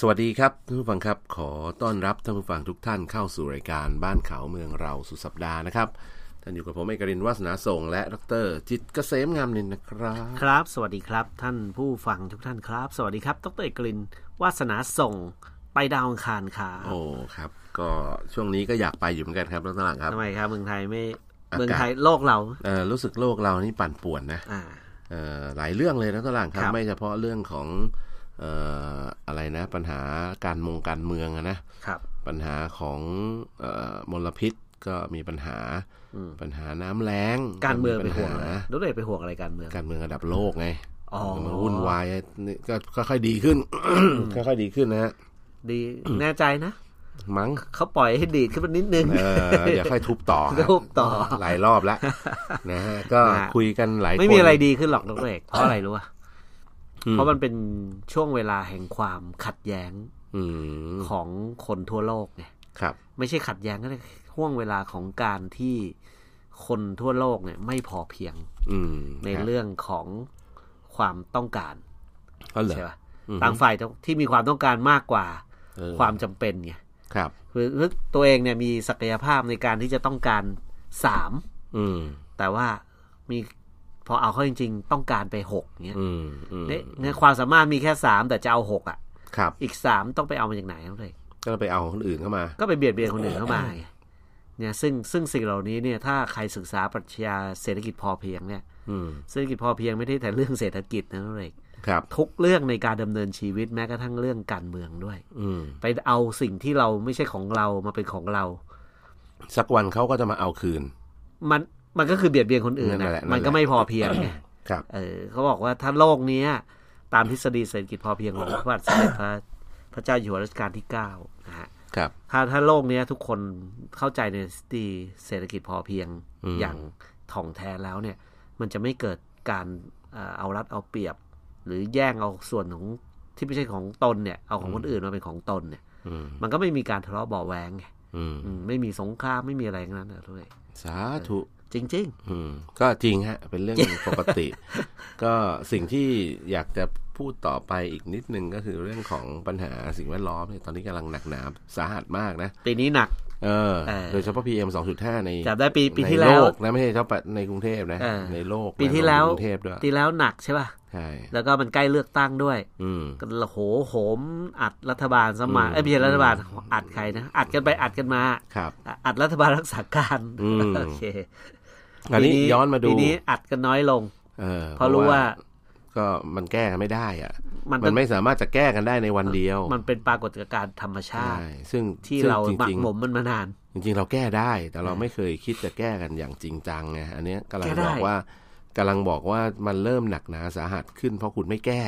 สวัสดีครับท่านผู้ฟังครับ ขอต้อนรับท่านผู้ฟังทุกท่านเข้าสู่รายการบ้านเขาเมืองเราสุดสัปดาห์นะครับท่านอยู่กับผมเอกรินทร์วาสนาส่งและดรจิตรเกษมงามนินนะครับ ครับ สวัสดีครับ ท่านผู้ฟังทุกท่านครับ สวัสดีครับดรเอกลินวาสนาส่งไปดาวอังคารครับ โอ้ครับ ก็ช่วงนี้ก็อยากไปอยู่เหมือนกันครับดรหลังครับ ทำไมครับเมืองไทยไม่ อากาศ เมืองไทยโลกเรา เอ่อรู้สึกโลกเรานี่ปั่นป่วนนะ อ่า เอ่อหลายเรื่องเลยนะดรหลังครับ ครับ ไม่เฉพาะเรื่องของเอ่ออะไรนะ ปัญหาการมงการเมืองอะนะ ครับ ปัญหาของเออมลพิษก็มีปัญหา อืม ปัญหาน้ำแล้ง การเมืองปัเป็นญ ห่วง หา อะไรดรเอกไปนห่วงอะไรการเมือง การเมืองระดับโลกไง อ๋อ มันวุ่นวายนี่ก็ค่อยๆดีขึ้น ค่อยๆดีขึ้นนะฮะ ดีแน่ใจนะ มั้ง เขาปล่อยให้ดีดขึ้นมานิดนึง เออ อย่าค่อยทุบต่อฮะ ทุบต่อ หลายรอบแล้วนะ ฮะก็ นะ คุยกันหลายคน ไม่มีอะไรดีขึ้นหรอกดรเอกเพราะอะไรรู้ป่ะ อืม เพราะมันเป็นช่วงเวลาแห่งความขัดแย้ง อืม ของคนทั่วโลกไง ครับ ไม่ใช่ขัดแย้งก็ได้ห่วงเวลาของการที่คนทั่วโลกเนี่ยไม่พอเพียง อืม ในเรื่องของความต้องการ ก็เหรอ ใช่ปะต่างฝ่ายที่มีความต้องการมากกว่า เออ ความจำเป็นไง ครับ คือคือตัวเองเนี่ยมีศักยภาพในการที่จะต้องการสาม อืม แต่ว่ามีพอเอาเข้าจริง ๆ ต้องการไปหกเงี้ย อืมอืม เนี่ยเนี่ยความสามารถมีแค่สามแต่จะเอาหกอ่ะ ครับ อีกสามต้องไปเอามาจากไหนครับเลย ก็ไปเอาคนอื่นเข้ามา ก็ไปเบียดเบียนคนอื่นเข้ามาไงเนี่ยซึ่งซึ่งสิ่งเหล่านี้เนี่ยถ้าใครศึกษาปรัชญาเศรษฐกิจพอเพียงเนี่ย อืม เศรษฐกิจพอเพียงไม่ได้แต่เรื่องเศรษฐกิจนะเอก ครับ ทุกเรื่องในการดำเนินชีวิตแม้กระทั่งเรื่องการเมืองด้วย อืม ไปเอาสิ่งที่เราไม่ใช่ของเรามาเป็นของเรา สักวันเขาก็จะมาเอาคืน มันมันก็คือเบียดเบียนคนอื่น นั่น นะ แหละนั่นแหละ มันก็ไม่พอเพียงไง ครับ เออเขาบอกว่าถ้าโลกเนี้ย ตามทฤษฎีเศรษฐกิจพอเพียงของพระบาทสมเด็จพระพระเจ้าอยู่หัวรัชกาลที่เก้านะฮะ ครับ ถ้าถ้าโลกเนี้ยทุกคนเข้าใจในทฤษฎีเศรษฐกิจพอเพียง อืม อย่างถ่องแท้แล้วเนี่ย มันจะไม่เกิดการเอ่อเอารัดเอาเปรียบ หรือแย่งเอาส่วนของที่ไม่ใช่ของตนเนี่ยเอาของคนอื่นมาเป็นของตนเนี่ย อืม มันก็ไม่มีการทะเลาะเบาะแวงไง อืม อืมไม่มีสงครามไม่มีอะไรทั้งนั้นเลยด้วย สาธุ จริง อืมก็จริงฮะ เป็นเรื่อง ปกติ ก็สิ่งที่อยากจะพูดต่อไปอีกนิดนึงก็คือเรื่องของปัญหาสิ่งแวดล้อมเนี่ยตอนนี้กำลังหนักหนาสาหัสมากนะ ๆ ปีนี้หนัก เออ เออ โดยเฉพาะ PM 2.5 ใน จับได้ปีปี ใน ที่ โล แล้ว กนะไม่ใช่เฉพาะในกรุงเทพนะ เออ ในโลก ปี นะ ที่แล้ว รมถึงกรุงเทพด้วย ปีแล้วหนักใช่ป่ะ ใช่ แล้วก็มันใกล้เลือกตั้งด้วย อืม ก็โหโหมอัดรัฐบาลสมา อืม เอ้ยไม่ใช่รัฐบาลอัดใครนะอัดกันไปอัดกันมา ครับ อ่ะอัดรัฐบาลรักษาการ อืม โอเค อันนี้ย้อนมาดู ปีนี้อัดกันน้อยลง เออ เพราะรู้ว่า ก็มันแก้กันไม่ได้อ่ะ มัน มั เป็น น ไม่สามารถจะแก้กันได้ในวันเดียว มันเป็นปรากฏการณ์ธรรมชา ใช่ ติ ซึ่ง ที่ ซึ่ง เรา จ หมัก ริง หมมมันมานาน ๆจริง ๆ เราแก้ได้ แต่เราไม่เคยคิดจะแก้กันอย่างจริงจังไงอันเนี้ยกำลัง แก้ได้ บอกว่ากำลังบอกว่ามันเริ่มหนักหนาสาหัสขึ้น เพราะคุณไม่แก้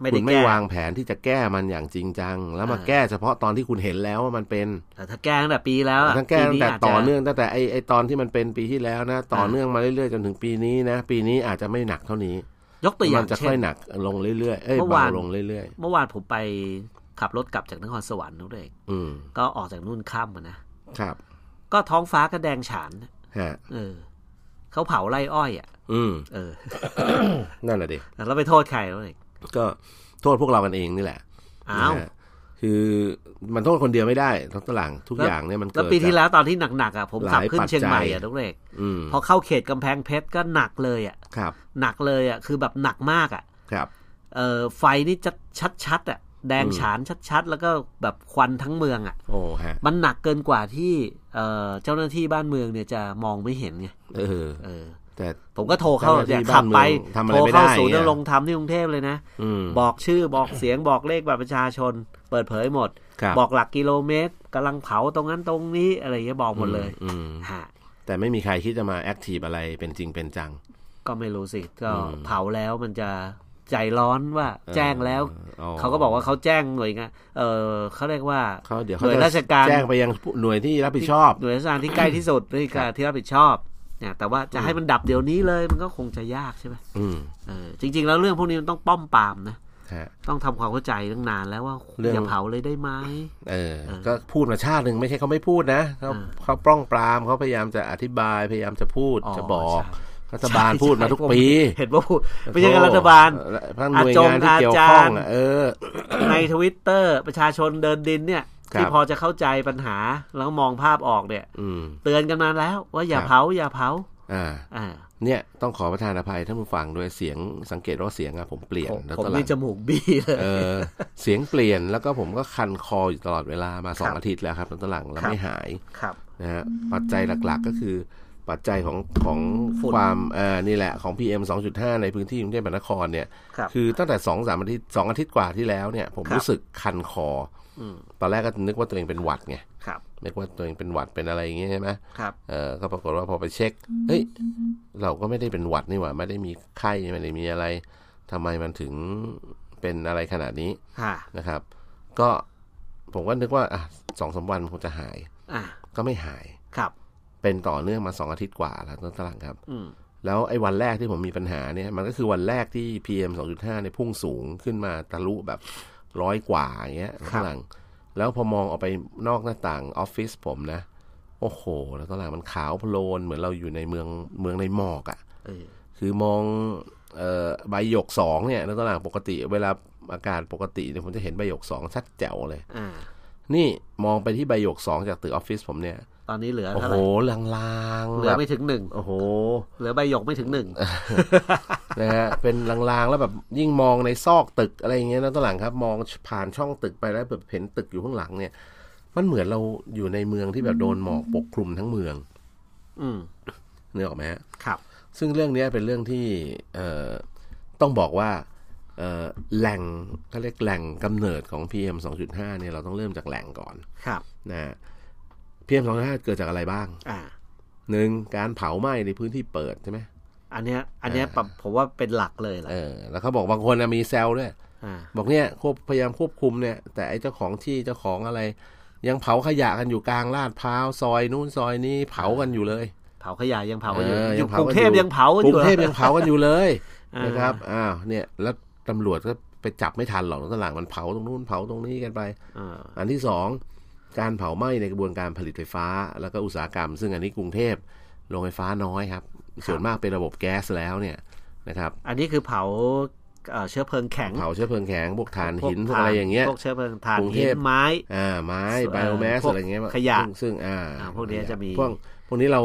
ไม่ คุ ได้ ณไม่ แก้ วางแผนที่จะแก้มันอย่างจริงจัง แล้วมาแก้เฉพาะตอนที่คุณเห็นแล้วว่ามันเป็น แต่ถ้าแก้ตั้งแต่ปีแล้วอะ ทั้งแก้ตั้งแต่ ปีาจจะ ต่อเนื่องตั้งแต่ไอไอตอนที่มันเป็นปีที่แล้วนะ ต่อเนื่องมาเรื่อยๆจนถึงปีนี้นะ ปีนี้อาจจะไม่หนักเท่านี้ ยกตัวอ มั ย่าน ง จะ เช่ ค่อย น หนักลงเรื่อยๆเอ้ย เมื่เบาวอาน ลงเรื่อย เมื่อวานผมไปขับรถกลับจากนครสวรรค์นู่นเอง ๆ อืม ก็ออกจากนู่นค่ำอะนะครับ ก็ท้องฟ้าก็แดงฉาน ฮะ เออเขาเผาไร่อ้อยอ่ะ อืม เออ นั่นแหละดิ แต่เราไปโทษใครนู่นเอง ก็โทษพวกเรากันเองนี่แหละ อ้าว นะฮะคือมันโทษคนเดียวไม่ได้ทั้งตลางทุกอย่างเนี่ยมันเกิด แล้วปีที่ จาก แล้วตอนที่หนักๆอ่ะผมขับ หลาย ขึ้นเชียงใหม่ ปัจจั อ่ะ ย ทุกเอก อืม พอเข้าเขตกำแพงเพชรก็หนักเลยอ่ะ ครับ หนักเลยอ่ะคือแบบหนักมากอ่ะ ครับ เออไฟนี่จะชัดๆอ่ะแดงฉานชัดๆ แล้วก็แบบควันทั้งเมืองอ่ะ โอ้ฮะ มันหนักเกินกว่าที่เออเจ้าหน้าที่บ้านเมืองเนี่ยจะมองไม่เห็นไง เออ เออ แต่ ผมก็โทรเข้า เจ้าหน้าที่ เนี่ยขับไป บ้านเมืองทำโทรอะไรไม่ได้ เข้าศูนย์ เนี่ย ดำรงธรรมที่กรุงเทพเลยนะ อืม บอกชื่อบอกเสียงบอกเลขบัตรประชาชน เปิดเผยหมด ครับ บอกหลักกิโลเมตรกำลังเผาตรงนั้นตรงนี้อะไรอย่างเงี้ยบอกหมดเลย อืม ฮะ แต่ไม่มีใครคิดจะมาแอคทีฟอะไรเป็นจริงเป็นจัง ก็ไม่รู้สิก็ อืม เผาแล้วมันจะใจร้อนว่าแจ้งแล้ว อ เขาก็บอกว่าเขาแจ้งหน่วยงานเออเขาเรียกว่า เขาเดี๋ยว หน่ เขา วย จะ ราชการ แจ้งไปยังผู้หน่วยที่รับผิดชอบ หน่วยราชการที่ใกล้ที่สุดนี่คือที่รับผิดชอบเนี่ยแต่ว่าจะให้มันดับเดี๋ยวนี้เลยมันก็คงจะยากใช่ไหม อืม เออจริง ๆ แล้วเรื่องพวกนี้มันต้องป้อมปรามนะ ฮะ ต้องทำความเข้าใจตั้งนานแล้วว่า เรื่อง อย่าเผาเลยได้ไหม เออ เออ ก็พูดมาชาติหนึ่งไม่ใช่เขาไม่พูดนะเขา อ่า เขาปล้องปรามเขาพยายามจะอธิบายพยายามจะพูดจะบอก ใช่ รัฐบาลพูดมาทุกปี เห็นว่าพูดไม่ใช่กับรัฐบาล ทั้งหน่วยงานที่เกี่ยวข้องอะ อาจงอาจารย์ เออ ในทวิตเตอร์ประชาชนเดินดินเนี่ย ครับ ที่พอจะเข้าใจปัญหาแล้วมองภาพออกเนี่ย อืม เตือนกันมาแล้วว่าอย่า ครับ เผาอย่าเผา อ่า อ่า เนี่ยต้องขอประทานอภัยท่านผู้ฟังด้วยเสียงสังเกตว่าเสียงอะผมเปลี่ยน ผม แล้ว ผม ตอนหลั นี่ ง จมูกบี้เลย เออเสียงเปลี่ยนแล้วก็ผมก็คันคออยู่ตลอดเวลามาสอ ครั ง บ อาทิตย์แล้วครับตอนหลังแล้ว ครับ ไม่หาย ครับ นะฮะปัจจัยหลักๆก็คือปัจจัยของของ ฝุ่น ความเอ่อนี่แหละของ PM 2.5 ในพื้นที่กรุงเทพมหานครเนี่ย ครับ คือตั้งแต่สองสามอาทิตย์สองอาทิตย์กว่าที่แล้วเนี่ยผม ครับ รู้สึกคันคออ ม ตอนแรกก็นึกว่าตัวเองเป็นหวัดไง ครับ นึกว่าตัวเองเป็นหวัดเป็นอะไรอย่างเงี้ยใช่ไหม ครับ เออก็ปรากฏว่าพอไปเช็คเฮ้ยเราก็ไม่ได้เป็นหวัดนี่หว่าไม่ได้มีไข้ไม่ได้มีอะไรทำไมมันถึงเป็นอะไรขนาดนี้ อ่า นะครับ ก็ผมก็นึกว่าอ่ะสองสามวันคงจะหาย อ่า ก็ไม่หาย ครับ เป็นต่อเนื่องมาสองอาทิตย์กว่าแล้วต้นตลังครับ อืม แล้วไอ้วันแรกที่ผมมีปัญหาเนี่ย มันก็คือวันแรกที่ PM 2.5เนี่ยพุ่งสูงขึ้นมาทะลุแบบร้อยกว่าอย่างเงี้ยต้นตลังแล้วพอมองออกไปนอกหน้าต่างออฟฟิศผมนะ โอ้โห แล้วต้นตลังมันขาวโพลนเหมือนเราอยู่ในเมืองเมืองในหมอกอะ่ะ เออ คือมองเอ่อใบหยกสองเนี่ยแล้วต้นตลังปกติ เวลาอากาศปกติเนี่ยผมจะเห็นใบหยกสองชัดแจ๋วเลย อ่า นี่มองไปที่ใบหยกสองจากตึกออฟฟิศผมเนี่ย ตอนนี้เหลือ โอ้ เท่า โห ไหร่ ลางๆ เหลือ แบบ ไม่ถึงหนึ่ง โอ้โห เหลือใบหยกไม่ถึงหนึ่ง นะฮะ เป็นลางๆ แล้วแบบยิ่งมองในซอกตึกอะไรอย่างเงี้ยนะตอนหลังครับ มองผ่านช่องตึกไปแล้วแบบเห็นตึกอยู่ข้างหลังเนี่ย มันเหมือนเราอยู่ในเมืองที่แบบโดนหมอกปกคลุมทั้งเมือง อืม เนี่ยหรอกไหมฮะ ครับ ซึ่งเรื่องเนี้ยเป็นเรื่องที่เอ่อต้องบอกว่าเอ่อแหล่งเขาเรียกแหล่งกำเนิดของ PM 2.5เนี่ยเราต้องเริ่มจากแหล่งก่อน ครับ นะฮะ PM 2.5 เกิดจากอะไรบ้าง อ่า หนึ่งการเผาไหม้ในพื้นที่เปิดใช่ไหม อันเนี้ยอันเนี้ย อ่า ปรับผมว่าเป็นหลักเลยแหละ เออแล้วเขาบอกบางคนนะมีแซลด้วย อ่า บอกเนี่ยควบพยายามควบคุมเนี่ย แต่ไอ้เจ้าของที่เจ้าของอะไร ยังเผาขยะกันอยู่กลางลาดพร้าวซอยนู้นซอยนี้เผากันอยู่เลย เผาขยะยังเผากันอยู่ เ อยู่ ผาก รุงเทพยังเผากัน ก อ รุ ยู่ งเทพ หรอ ยังเผากันอยู่เลย อ่าน นะครับอ้าวเนี่ยแล้วตำรวจก็ไปจับไม่ทันหรอกตอนหลังมันเผาตรงนู้นเผาตรงนี้กันไป อ่า อันที่สองการเผาไหม้ในกระบวนการผลิตไฟฟ้า แล้วก็อุตสาหกรรม ซึ่งอันนี้กรุงเทพโรงไฟฟ้าน้อยครับ ส่วนมากเป็นระบบแก๊สแล้วเนี่ยนะครับ อันนี้คือเผาเอ่อเชื้อเพลิงแข็ง เผาเชื้อเพลิงแข็งพวกถ่านหินพ พ ว ว กอะไรอย่างเงี้ย พวกเชื้อเพลิงถ่าน กรุงเท หิน พ ไม้ อ่าไม้ ส่วน ไบโอแมส พวก อะไรเงี้ย ขยะ ซึ่งซึ่งอ่า อ่าพวกเนี้ยจะมี พวกพวกนี้เรา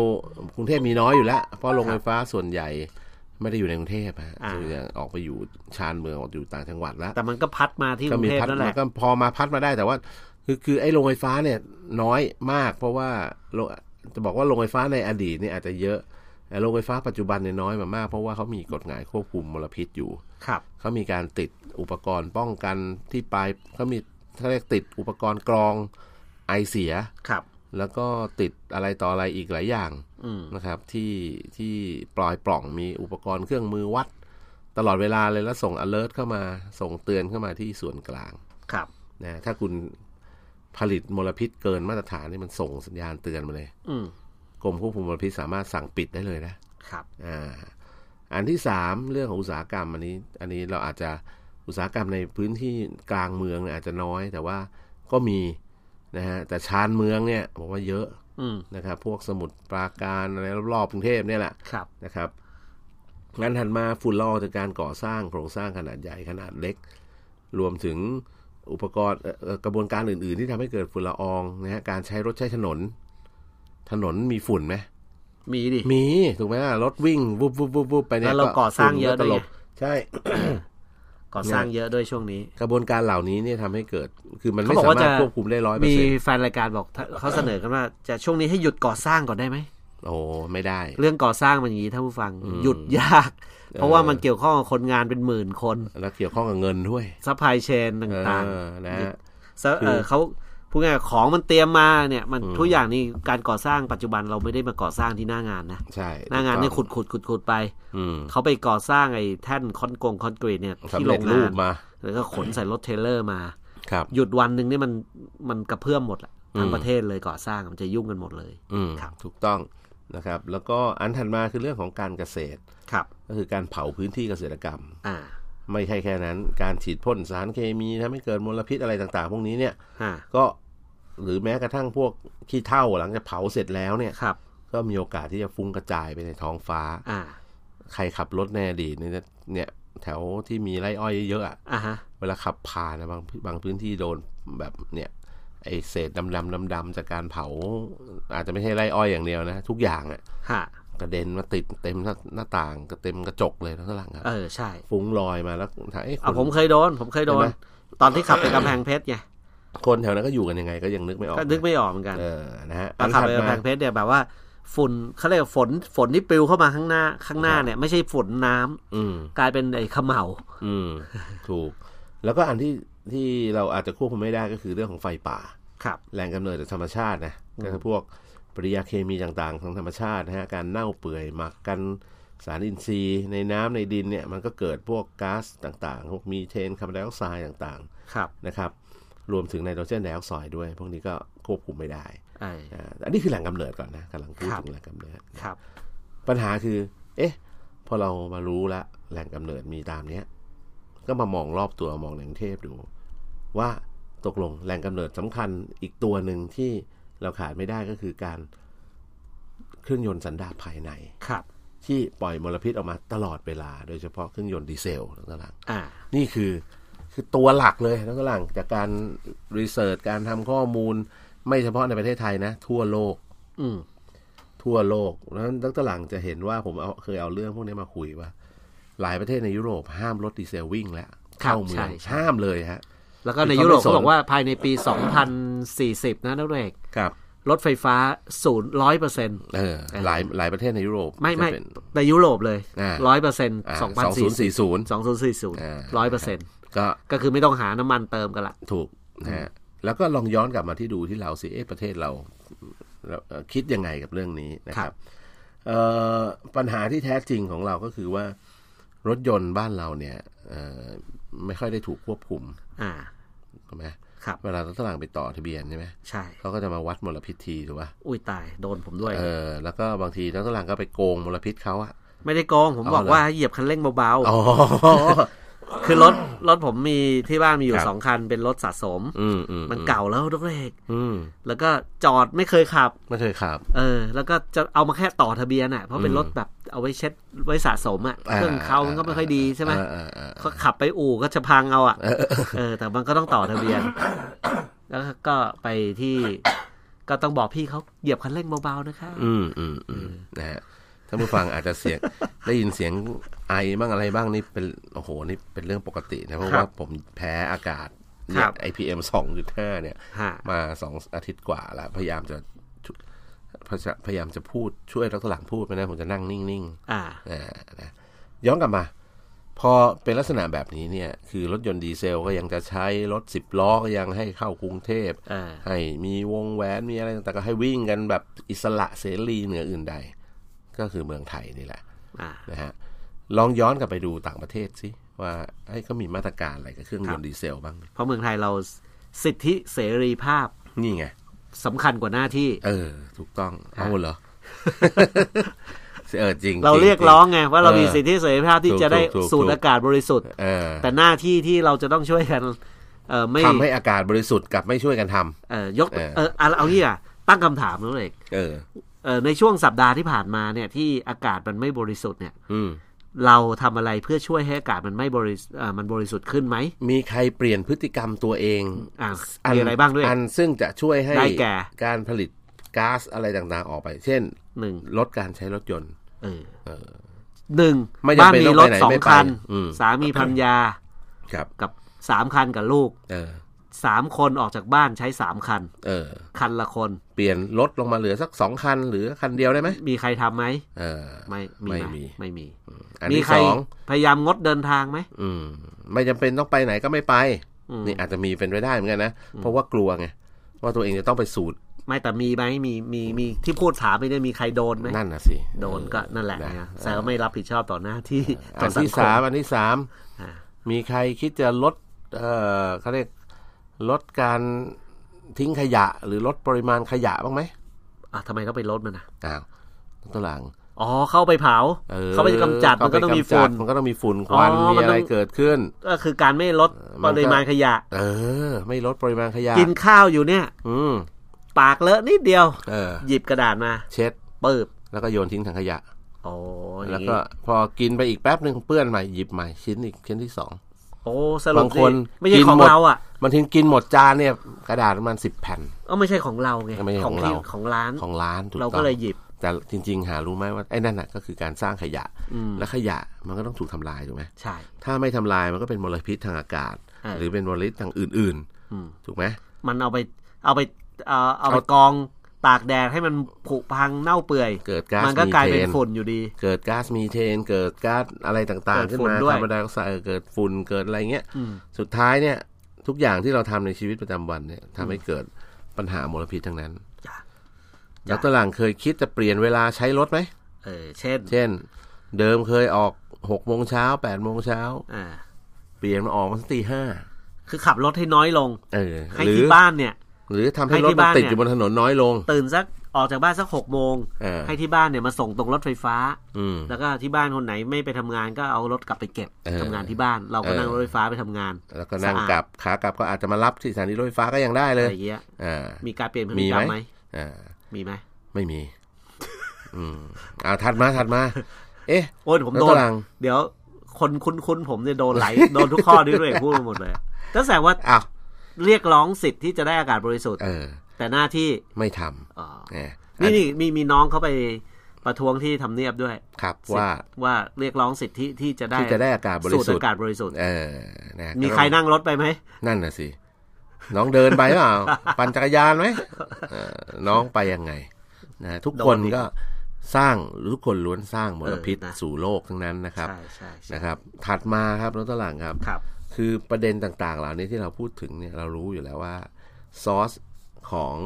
กรุงเทพมีน้อยอยู่แล้ว เพราะโรงไฟฟ้าส่วนใหญ่ไม่ได้อยู่ในกรุงเทพฮะส่วนใหญ่ออกไปอยู่ชานเมืองออกอยู่ต่างจังหวัดแล้ว แต่มันก็พัดมาที่ก ก็ รุ มี งเทพ พัด นั่นแห มา ละ ก็พอมาพัดมาได้แต่ว่า คือคือไอ้โรงไฟฟ้าเนี่ยน้อยมาก เพราะว่าโรงจะบอกว่าโรงไฟฟ้าในอดีตเนี่ยอาจจะเยอะแต่โรงไฟฟ้าปัจจุบันเนี่ยน้อยมามากเพราะว่าเขามีกฎหมายควบคุมมลพิษอยู่ ครับ เขามีการติดอุปกรณ์ป้องกันที่ปลายเขามีเขาเรียกติดอุปกรณ์กรองไอเสีย ครับ แล้วก็ติดอะไรต่ออะไรอีกหลายอย่าง อืม นะครับที่ที่ปลอยปล่องมีอุปกรณ์เครื่องมือวัด ตลอดเวลาเลยแล้วส่ง alert เข้ามาส่งเตือนเข้ามาที่ส่วนกลาง ครับ นะถ้าคุณผลิตมลพิษเกินมาตรฐานนี่มันส่งสัญญาณเตือนมาเลย อืม กรมควบคุมมลพิษสามารถสั่งปิดได้เลยนะ ครับ อ่าอันที่สามเรื่องของอุตสาหกรรมอันนี้ อันนี้เราอาจจะอุตสาหกรรมในพื้นที่กลางเมืองเนี่ยอาจจะน้อยแต่ว่าก็มีนะฮะแต่ชานเมืองเนี่ยบอกว่าเยอะ อืม นะครับ พวกสมุทรปราการอะไรรอบๆกรุงเทพเนี่ยแหละ ครับ นะครับงานถัดมาฝุ่นละอองจากการก่อสร้างโครงสร้างขนาดใหญ่ขนาดเล็ก รวมถึงอุปกรณ์เอ่อเอ่อกระบวนการอื่น ๆ ที่ทำให้เกิดฝุ่นละอองนะฮะการใช้รถใช้ถนน ถนนมีฝุ่นไหม มีดิ มี ถูกไหมล่ะรถวิ่งวุบวุบวุบวุบไปเนี่ย แล้วเราก่อสร้างเยอะ ต ด้วย ลบไงใช่ ก่อสร้างเยอะด้วยช่วงนี้ กระบวนการเหล่านี้เนี่ยทำให้เกิด คือมัน เขา ไม่ บอก สา ว่า มา จะ รถควบคุมได้ร้อยเปอ มี ร์เซ็นต์ แฟนรายการบอกถ้าเขาเสนอกันว่าจะช่วงนี้ให้หยุดก่อสร้างก่อนได้ไหม โอ้ไม่ได้ เรื่องก่อสร้างมันอย่างนี้ท่านผู้ฟัง อืม หยุดยาก เพราะว่ามันเกี่ยวข้องกับคนงานเป็นหมื่นคน แล้วเกี่ยวข้องกับเงินด้วย ซัพพลายเชนต่าง เออนะฮะ ๆซะเอ คือ อ เขาพูดง่ายๆของมันเตรียมมาเนี่ย มัน อืม ทุกอย่างนี่การก่อสร้างปัจจุบันเราไม่ได้มาก่อสร้างที่หน้างานนะ ใช่ หน้างานเนี่ยขุดขุดขุดขุดไป อืม เขาไปก่อสร้างไอ้แท่นคอนกงคอนกรีตเนี่ยที่ สำ โร เร็จ ง รู งา ป น มา แล้วก็ขนใส่รถเทรลเลอร์มา ครับ หยุดวันหนึ่งเนี่ยมันมันกระเพื่อมหมดแหละทั้ง อืม ประเทศเลยก่อสร้างมันจะยุ่งกันหมดเลย อืม ครับ ถูกต้องนะครับ แล้วก็อันถัดมาคือเรื่องของการเกษตร ครับ ก็คือการเผาพื้นที่เกษตรกรรม อ่า ไม่ใช่แค่นั้น การฉีดพ่นสารเคมีทำให้เกิดมลพิษอะไรต่าง ๆ พวกนี้เนี่ย อ่า ก็หรือแม้กระทั่งพวกขี้เถ้าหลังจากเผาเสร็จแล้วเนี่ย ครับ ก็มีโอกาสที่จะฟุ้งกระจายไปในท้องฟ้า อ่า ใครขับรถในอดีตเนี่ยจะเนี่ยแถวที่มีไร่อ้อยเยอะๆอะ อ่ะฮะ เวลาขับผ่านนะบางบางพื้นที่โดนแบบเนี่ยไอเศษดำดำดำดำๆจากการเผา อาจจะไม่ใช่ไรอ้อยอย่างเดียวนะ ทุกอย่างอะ ฮะ กระเด็นมาติดเต็มหน้าหน้าต่างกระเต็มกระจกเลยทั้งหลังครับ เออ ใช่ ฟุ้งลอยมาแล้วถามไอ้ย อ่ะ น ผมเคยโดน ผมเคยโดน เห็นไหม ตอนที่ขับไปกำแพงเพชรไง คนแถวนั้นก็อยู่กันยังไงก็ยังนึกไม่ออก ก็นึกไม่ออกเหมือนกัน เออนะฮะ ตอนขับไป ถัด กำ มา แพงเพชรเนี่ยแบบว่า ฝุ่นเขาเรียกว่าฝน ฝนที่ปลิวเข้ามาข้างหน้า ข้างหน้า ครับ เนี่ยไม่ใช่ฝนน้ำ อืม กลายเป็นไอ้เขมเหลา อื ม ถูก แล้วก็อันที่ที่เราอาจจะควบคุมไม่ได้ก็คือเรื่องของไฟป่า ครับ แหล่งกำเนิดจากธรรมชาตินะก็คือพวกปฏิกิริยาเคมีต่างๆ ของธรรมชาตินะฮะการเน่าเปื่อยหมักกันสารอินทรีย์ ในน้ำในดินเนี่ยมันก็เกิดพวกก๊าซต่างๆ พวกมีเทนคาร์บอนไดออกไซด์ต่าง ครับ ๆนะครับรวมถึงไนโตรเจนไดออกไซด์ด้วย พวกนี้ก็ควบคุมไม่ได้ ไอ้ อ่าอันนี้คือแหล่งกำเนิดก่อนนะกำลังพูด ครับ ถึงแหล่งกำเนิด ครับ ปัญหาคือ เอ๊ะ พอเรามารู้ละแหล่งกำเนิดมีตามเนี้ย ก็มามองรอบตัวมองในกรุงเทพดู ว่าตกลงแหล่งกำเนิดสำคัญอีกตัวหนึ่งที่เราขาดไม่ได้ก็คือการเครื่องยนต์สันดาปภายใน ครับ ที่ปล่อยมลพิษออกมาตลอดเวลา โดยเฉพาะเครื่องยนต์ดีเซลทั้งหลัง อ่า นี่คือคือตัวหลักเลยทั้งหลังจากการรีเสิร์ชการทำข้อมูล ไม่เฉพาะในประเทศไทยนะ ทั่วโลก อืม ทั่วโลกเพราะฉะนั้นดรหลังจะเห็นว่าผมเอาเคยเอาเรื่องพวกนี้มาคุยว่า หลายประเทศในยุโรปห้ามรถดีเซลวิ่งแล้วเข้าเมือง ใช่ใช่ ห้ามเลยฮะ แล้วก็ใน มีความ ยุโรป ไม่สน เขาบอกว่าภายในปี 2040 นะนักเรก ครับ รถไฟฟ้าศูนย์ร้อยเปอร์เซ็นต์ เออ เออ หลายหลายประเทศในยุโรป ไม่ไม่ จะเป็น ในยุโรปเลย อ่า ร้อยเปอร์เซ็นต์ อ่า สองพัน สองศูสี่นย์ สิบ สี่ศูนย์ สองศูนย์สี่ศูนย์ อ่ ร้ า อยเปอร์เซ็นต์ ก็ ก็คือไม่ต้องหาน้ำมันเติมกันละ ถูกนะฮะแล้วก็ลองย้อนกลับมาที่ดูที่เราสิเอ๊ะประเทศเราเราเอ่อคิดยังไงกับเรื่องนี้นะค ครั รับบ เอ่อปัญหาที่แท้จริงของเราก็คือว่า รถยนต์บ้านเราเนี่ยเอ่อไม่ค่อยได้ถูกควบคุม อ่า ใช่ไหม ครับ เวลาตลางไปต่อทะเบียนใช่ไหม ใช่ เขาก็จะมาวัดมลพิษทีถูกปะ อุ้ยตาย โดนผมด้วย เออแล้วก็บางทีนักตลางก็ไปโกงมลพิษเขาอะ ไม่ได้โกงผม เอา บอก เหรอ ว่าให้เหยียบคันเร่งเบา อ๋อ ๆ คือรถรถผมมีที่บ้านมีอ ค ยู่ รับ สองคันเป็นรถสะสม อืมอืม มันเก่าแล้วนักเรก อืม แล้วก็จอดไม่เคยขับ ไม่เคยขับ เออ แล้วก็จะเอามาแค่ต่อทะเบียนอ่ะ เพราะเป็น อืม รถแบบเอาไว้เช็ดไว้สะสมอ่ะ เครื่องเขามันก็ไม่ค่อยดีใช่ไหม เออเออเอ ก็ อ ขับไปอู่ก็จะพังเอาอ่ะ เออ แต่มันก็ต้องต่อทะเบียน แล้วก็ไปที่ ก็ต้องบอกพี่เขาเหยียบคันเร่งเบาๆนะคะ อืมอืมอืมนะฮะท่านผู้ฟังอาจจะเสียง ได้ยินเสียงไอบ้างอะไรบ้างนี่เป็นโอ้โหนี่เป็นเรื่องปกตินะเพราะ ครั ว่า บ ผมแพ้อากาศ ค เนี่ รั ย บ IPM สองจุดห้าเนี่ย ฮะ มาสองอาทิตย์กว่าแล้วพยายามจะชุพยายามจะพูดช่วยนักตลางพูดไม่ได้ผมจะนั่งนิ่งๆ อ่า อ่านะย้อนกลับมา พอเป็นลักษณะแบบนี้เนี่ย คือรถยนต์ดีเซลก็ยังจะใช้รถสิบล้อก็ยังให้เข้ากรุงเทพ เออ ให้มีวงแหวนมีอะไรต่างๆก็ให้วิ่งกันแบบอิสระเสรีเหนืออื่นใด ก็คือเมืองไทยนี่แหละ อ่า นะฮะลองย้อนกลับไปดูต่างประเทศสิว่าเฮ้ยเขามีมาตรการอะไรกับเครื่องยนต์ดีเซลบ้าง เพราะเมืองไทยเราสิทธิเสรีภาพ นี่ไง สำคัญกว่าหน้าที่ เออ ถูกต้องเอาเหรอ เออจริง เรา จ เรียก จ ร้องไงว่าเรามี เออ สิทธิเสรีภาพที่ ถูก จะได้ ถูกถูก สูดอากาศบริสุทธิ์ เออ แต่หน้าที่ที่เราจะต้องช่วยกัน เออไม่ ทำให้อากาศบริสุทธิ์กับไม่ช่วยกันทำ เออยก เออ เออเอาเอางี้อ่ะตั้งคำถามแล้วเอก เออ เออในช่วงสัปดาห์ที่ผ่านมาเนี่ยที่อากาศมันไม่บริสุทธิ์เนี่ย อืม เราทำอะไรเพื่อช่วยให้อากาศมันไม่บริสเอ่อมันบริสุทธิ์ขึ้นไหม มีใครเปลี่ยนพฤติกรรมตัวเอง อ่ะมีอะไรบ้างด้วย อันซึ่งจะช่วยให้ ได้แก่ การผลิตก๊าซอะไรต่างๆออกไป เช่น หนึ่ง ลดการใช้รถยนต์ เออ เออ หนึ่ง ไม่จำ บ้าน เป็น มี ต้อง ร ไป ถ ไหน สอ ไม่ ง ไป คัน อืม สามีพันยา ครับ กับสามคันกับลูก เออ สามคนออกจากบ้านใช้สามคัน เออ คันละคน เปลี่ยนรถลงมาเหลือสักสองคัน หรือคันเดียวได้ไหม มีใครทำไหม เออ ไม่มี ไม่ ไห มี ไม่มี อัน มี ที่ ใคร สอง พยายามงดเดินทางไหม อืม ไม่จำเป็นต้องไปไหนก็ไม่ไป อืม นี่อาจจะมีเป็นไปได้เหมือนกันนะ เพราะว่ากลัวไงว่าตัวเองจะต้องไปสูด ไม่แต่มีไหมมีมีมีที่พูดถามไม่ได้มีใครโดนไหม นั่นน่ะสิ โดนก็นั่นแหละ นะ นะแสดงว่าไม่รับผิดชอบต่อหน้าที่ต่ อั อน สัง ที่ ค สาม ม อันที่สาม อ่ะ มีใครคิดจะลด เอ่อเขาเรียกลดการทิ้งขยะหรือลดปริมาณขยะบ้างไหม อ่ะทำไมต้องไปลดมันนะ อ้าวตัวหลัง อ๋อเข้าไปเผา ออ ไปกำจัดมันก็ต้องมีฝุ่น มันก็ต้องมีฝุ่นควัน อ๋อ มี มัน อะ ต้ ไร อง เกิดขึ้น ก็คือการไม่ลด มั ป นก็ ริมาณขยะ เออ ไม่ลดปริมาณขยะ กินข้าวอยู่เนี่ย อืม ปากเลอะนิดเดียว เออ หยิบกระดาษมา เช็ด เปิบ แล้วก็โยนทิ้งถังขยะ โอ้อ แล้ ย่าว ง ก็ งี้ พอกินไปอีกแป๊บหนึ่งเปื้อนใหม่หยิบใหม่ชิ้นอีกชิ้นที่สอง โอ้สรุป บางคน สิไม่ใช่ กิน ของ หมด เราอ่ะ มันทิ้งกินหมดจานเนี่ยกระดาษประมาณสิบแผ่น ก็ไม่ใช่ของเราไง ไม่ใช่ของ ที่ เรา ของร้าน ของร้านถูก เรา ต้ ก็ อง เลยหยิบ แต่จริง ๆ หารู้ไหมว่าไอ้นั่นน่ะก็คือการสร้างขยะ และขยะมันก็ต้องถูกทำลายถูกไหม ใช่ ถ้าไม่ทำลายมันก็เป็นมลพิษทางอากาศ อ่า หรือเป็นมลพิษทางอื่น ม ๆ ถูกไหม มันเอาไปเอาไปเอ่อเอาไป เอา กองตากแดดให้มันผุพังเน่าเปื่อย เกิดก๊าซ มันก็กลายเป็น มีท ฝุ่นอยู่ดี เกิดก๊าซมีเทน เกิดก๊าซอะไรต่างๆ เกิ ขึ้ ด น ฝุ่น มา ด้วย คาร์บอนไดออกไซด์เกิดฝุ่นเกิดอะไรเงี้ย อืม สุดท้ายเนี่ยทุกอย่างที่เราทำในชีวิตประจำวันเนี่ยทำให้เกิดปัญหามลพิษทั้งนั้น จ้ะ แล้วตวหลังเคยคิดจะเปลี่ยนเวลาใช้รถไหม เออเช่น เช่น เดิมเคยออกหกโมงเช้าแปดโมงเช้า อ่า เปลี่ยนมาออกมาสักตีห้า คือขับรถให้น้อยลง เออ ให้ หรือ ที่บ้านเนี่ย หรือทำให้ ให้ รถ ที่ มัน บ้าน ติด เนี่อยยู่บนถนนน้อยลง ตื่นสักออกจากบ้านสักหกโมง เออ ให้ที่บ้านเนี่ยมาส่งตรงรถไฟฟ้า อืม แล้วก็ที่บ้านคนไหนไม่ไปทำงานก็เอารถกลับไปเก็บ เออ ทำงานที่บ้าน เราก็ เออ นั่งรถไฟฟ้าไปทำงาน แล้วก็นั่ง สะอาด กลับขากลับก็อาจจะมารับที่สถานีรถไฟฟ้าก็ยังได้เลยอะไรอย่างเงี้ย อ่า มีการเปลี่ยนพฤ มี ติกรรม ไห ไห ม ม อ่า มีไหม ไม่มี อืมเอาถัดมาถัดมา เอ๊ะ โอ้ยผมแล้โดว น ตาราง เดี๋ยวคนคุ้นๆผมเนี่ยโดนไหลาย โดนทุกข้อนี้ด้วยพูดมาหมดเลยก็แสดงว่า อ้าว เรียกร้องสิทธิ์ที่จะได้อากาศบริสุทธิ์ เออ แต่หน้าที่ ไม่ท เอ่อ ำนะ นี่นี่มีมีน้องเขาไปประท้วงที่ทำเนียบด้วย ครับว่า ว่าเรียกร้องสิทธิที่จะได้ ที่จะได้อากาศบริ สูด สุท อา ธิ์ กาศบริสุทธิ์ เออนะ มีใครนั่งรถไปไหม นั่นน่ะสิ น้องเดินไปเปล่า ปั่นจักรยานไหมเออน้องไปยังไงนะทุกคน โดนอีก ก็สร้างทุกคนล้วนสร้างมลพิษ เออนะ สู่โลกทั้งนั้นนะครับ ใช่ใช่ใช่ นะครับ ถัดมาครับน้องตะหลังครับ ครับ คือประเด็นต่างๆ เหล่านี้ที่เราพูดถึงเนี่ยเรารู้อยู่แล้วว่าซอสของ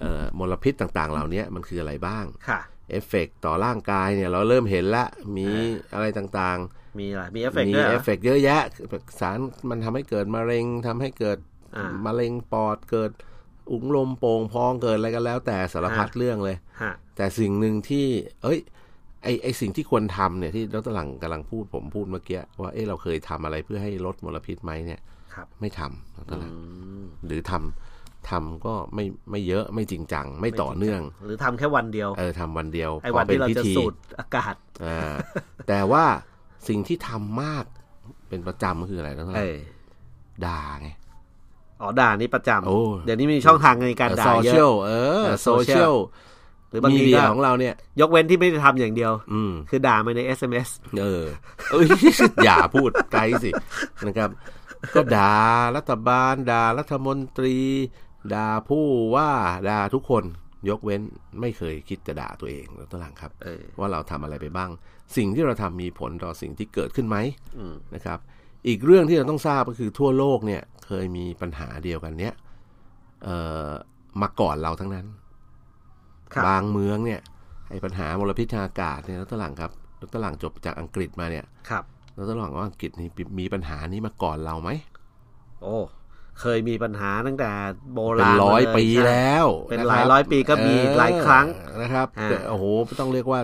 เอ่อมลพิษต่างๆ เหล่านี้มันคืออะไรบ้าง ค่ะ เอฟเฟกต์ต่อร่างกายเนี่ยเราเริ่มเห็นละมีอะไรต่าง มีอะไรมีเอฟเฟๆกต์ มี ด้วยเหร เอ อ ฟเฟกต์เยอะแยะสารมันทำให้เกิดมะเร็งทำให้เกิด อ่าม มะเร็งปอดเกิดอุ้งลมโป่งพองเกิดอะไรกันแล้ว แต่สารพัดเรื่องเลย ฮะ แต่สิ่งหนึ่งที่ เอ้ย ไอไอสิ่งที่ควรทำเนี่ยที่ดรหลังกำลังพูดผมพูดเมื่อกี้ว่าเออเราเคยทำอะไรเพื่อให้ลดมลพิษไหมเนี่ย ครับ ไม่ทำดรหลัง อืม หรือทำทำก็ไม่ไม่เยอะไม่จริงจัง ไม่ต่อเนื่อง หรือทำแค่วันเดียว เออทำวันเดียว ไอ้ พ วัน ป็ ที่เรา พิ จะ ธี สูดอากาศ อ่าแต่ว่าสิ่งที่ทำมากเป็นประจำก็คืออะไรนะ เออ ด่าไง อ๋อด่านี่ประจำ โอ้ เดี๋ยวนี้มีช่องทางในการด่า โซ เย เชียลอะเออ เออ โซเชียล social หรือบาง มี ที เดีย ก็ ของเราเนี่ย ยกเว้นที่ไม่ได้ทำอย่างเดียว อืม คือด่ามาใน SMS เออเอ้ย อย่าพูดไกลสินะครับ ก็ด่ารัฐบาลด่ารัฐมนตรีด่าผู้ว่าด่าทุกคนยกเว้นไม่เคยคิดจะด่าตัวเองแล้วตัวหลังครับ เออ ว่าเราทำอะไรไปบ้าง สิ่งที่เราทำมีผลต่อสิ่งที่เกิดขึ้นไหม อืม นะครับอีกเรื่องที่เราต้องทราบก็คือทั่วโลกเนี่ยเคยมีปัญหาเดียวกันเนี้ยเอ่อมาก่อนเราทั้งนั้น ครับ งเมืองเนี่ยไอ้ปัญหามลพิษทางอากาศเนี่ยรัตหลังครับรัตหลังจบจากอังกฤษมาเนี่ย ครับ รัตหลังว่าอังกฤษนี่มีปัญหานี้มาก่อนเราไหม โอ้ เคยมีปัญหาตั้งแต่โบ เป็น ราณ ร้อย มเล ปี ใช่ แล้ว เป็คนะบ หลายร้อยปีก็มี เออ หลายครั้ง นะครับ อ่า แต่โอ้โหต้องเรียกว่า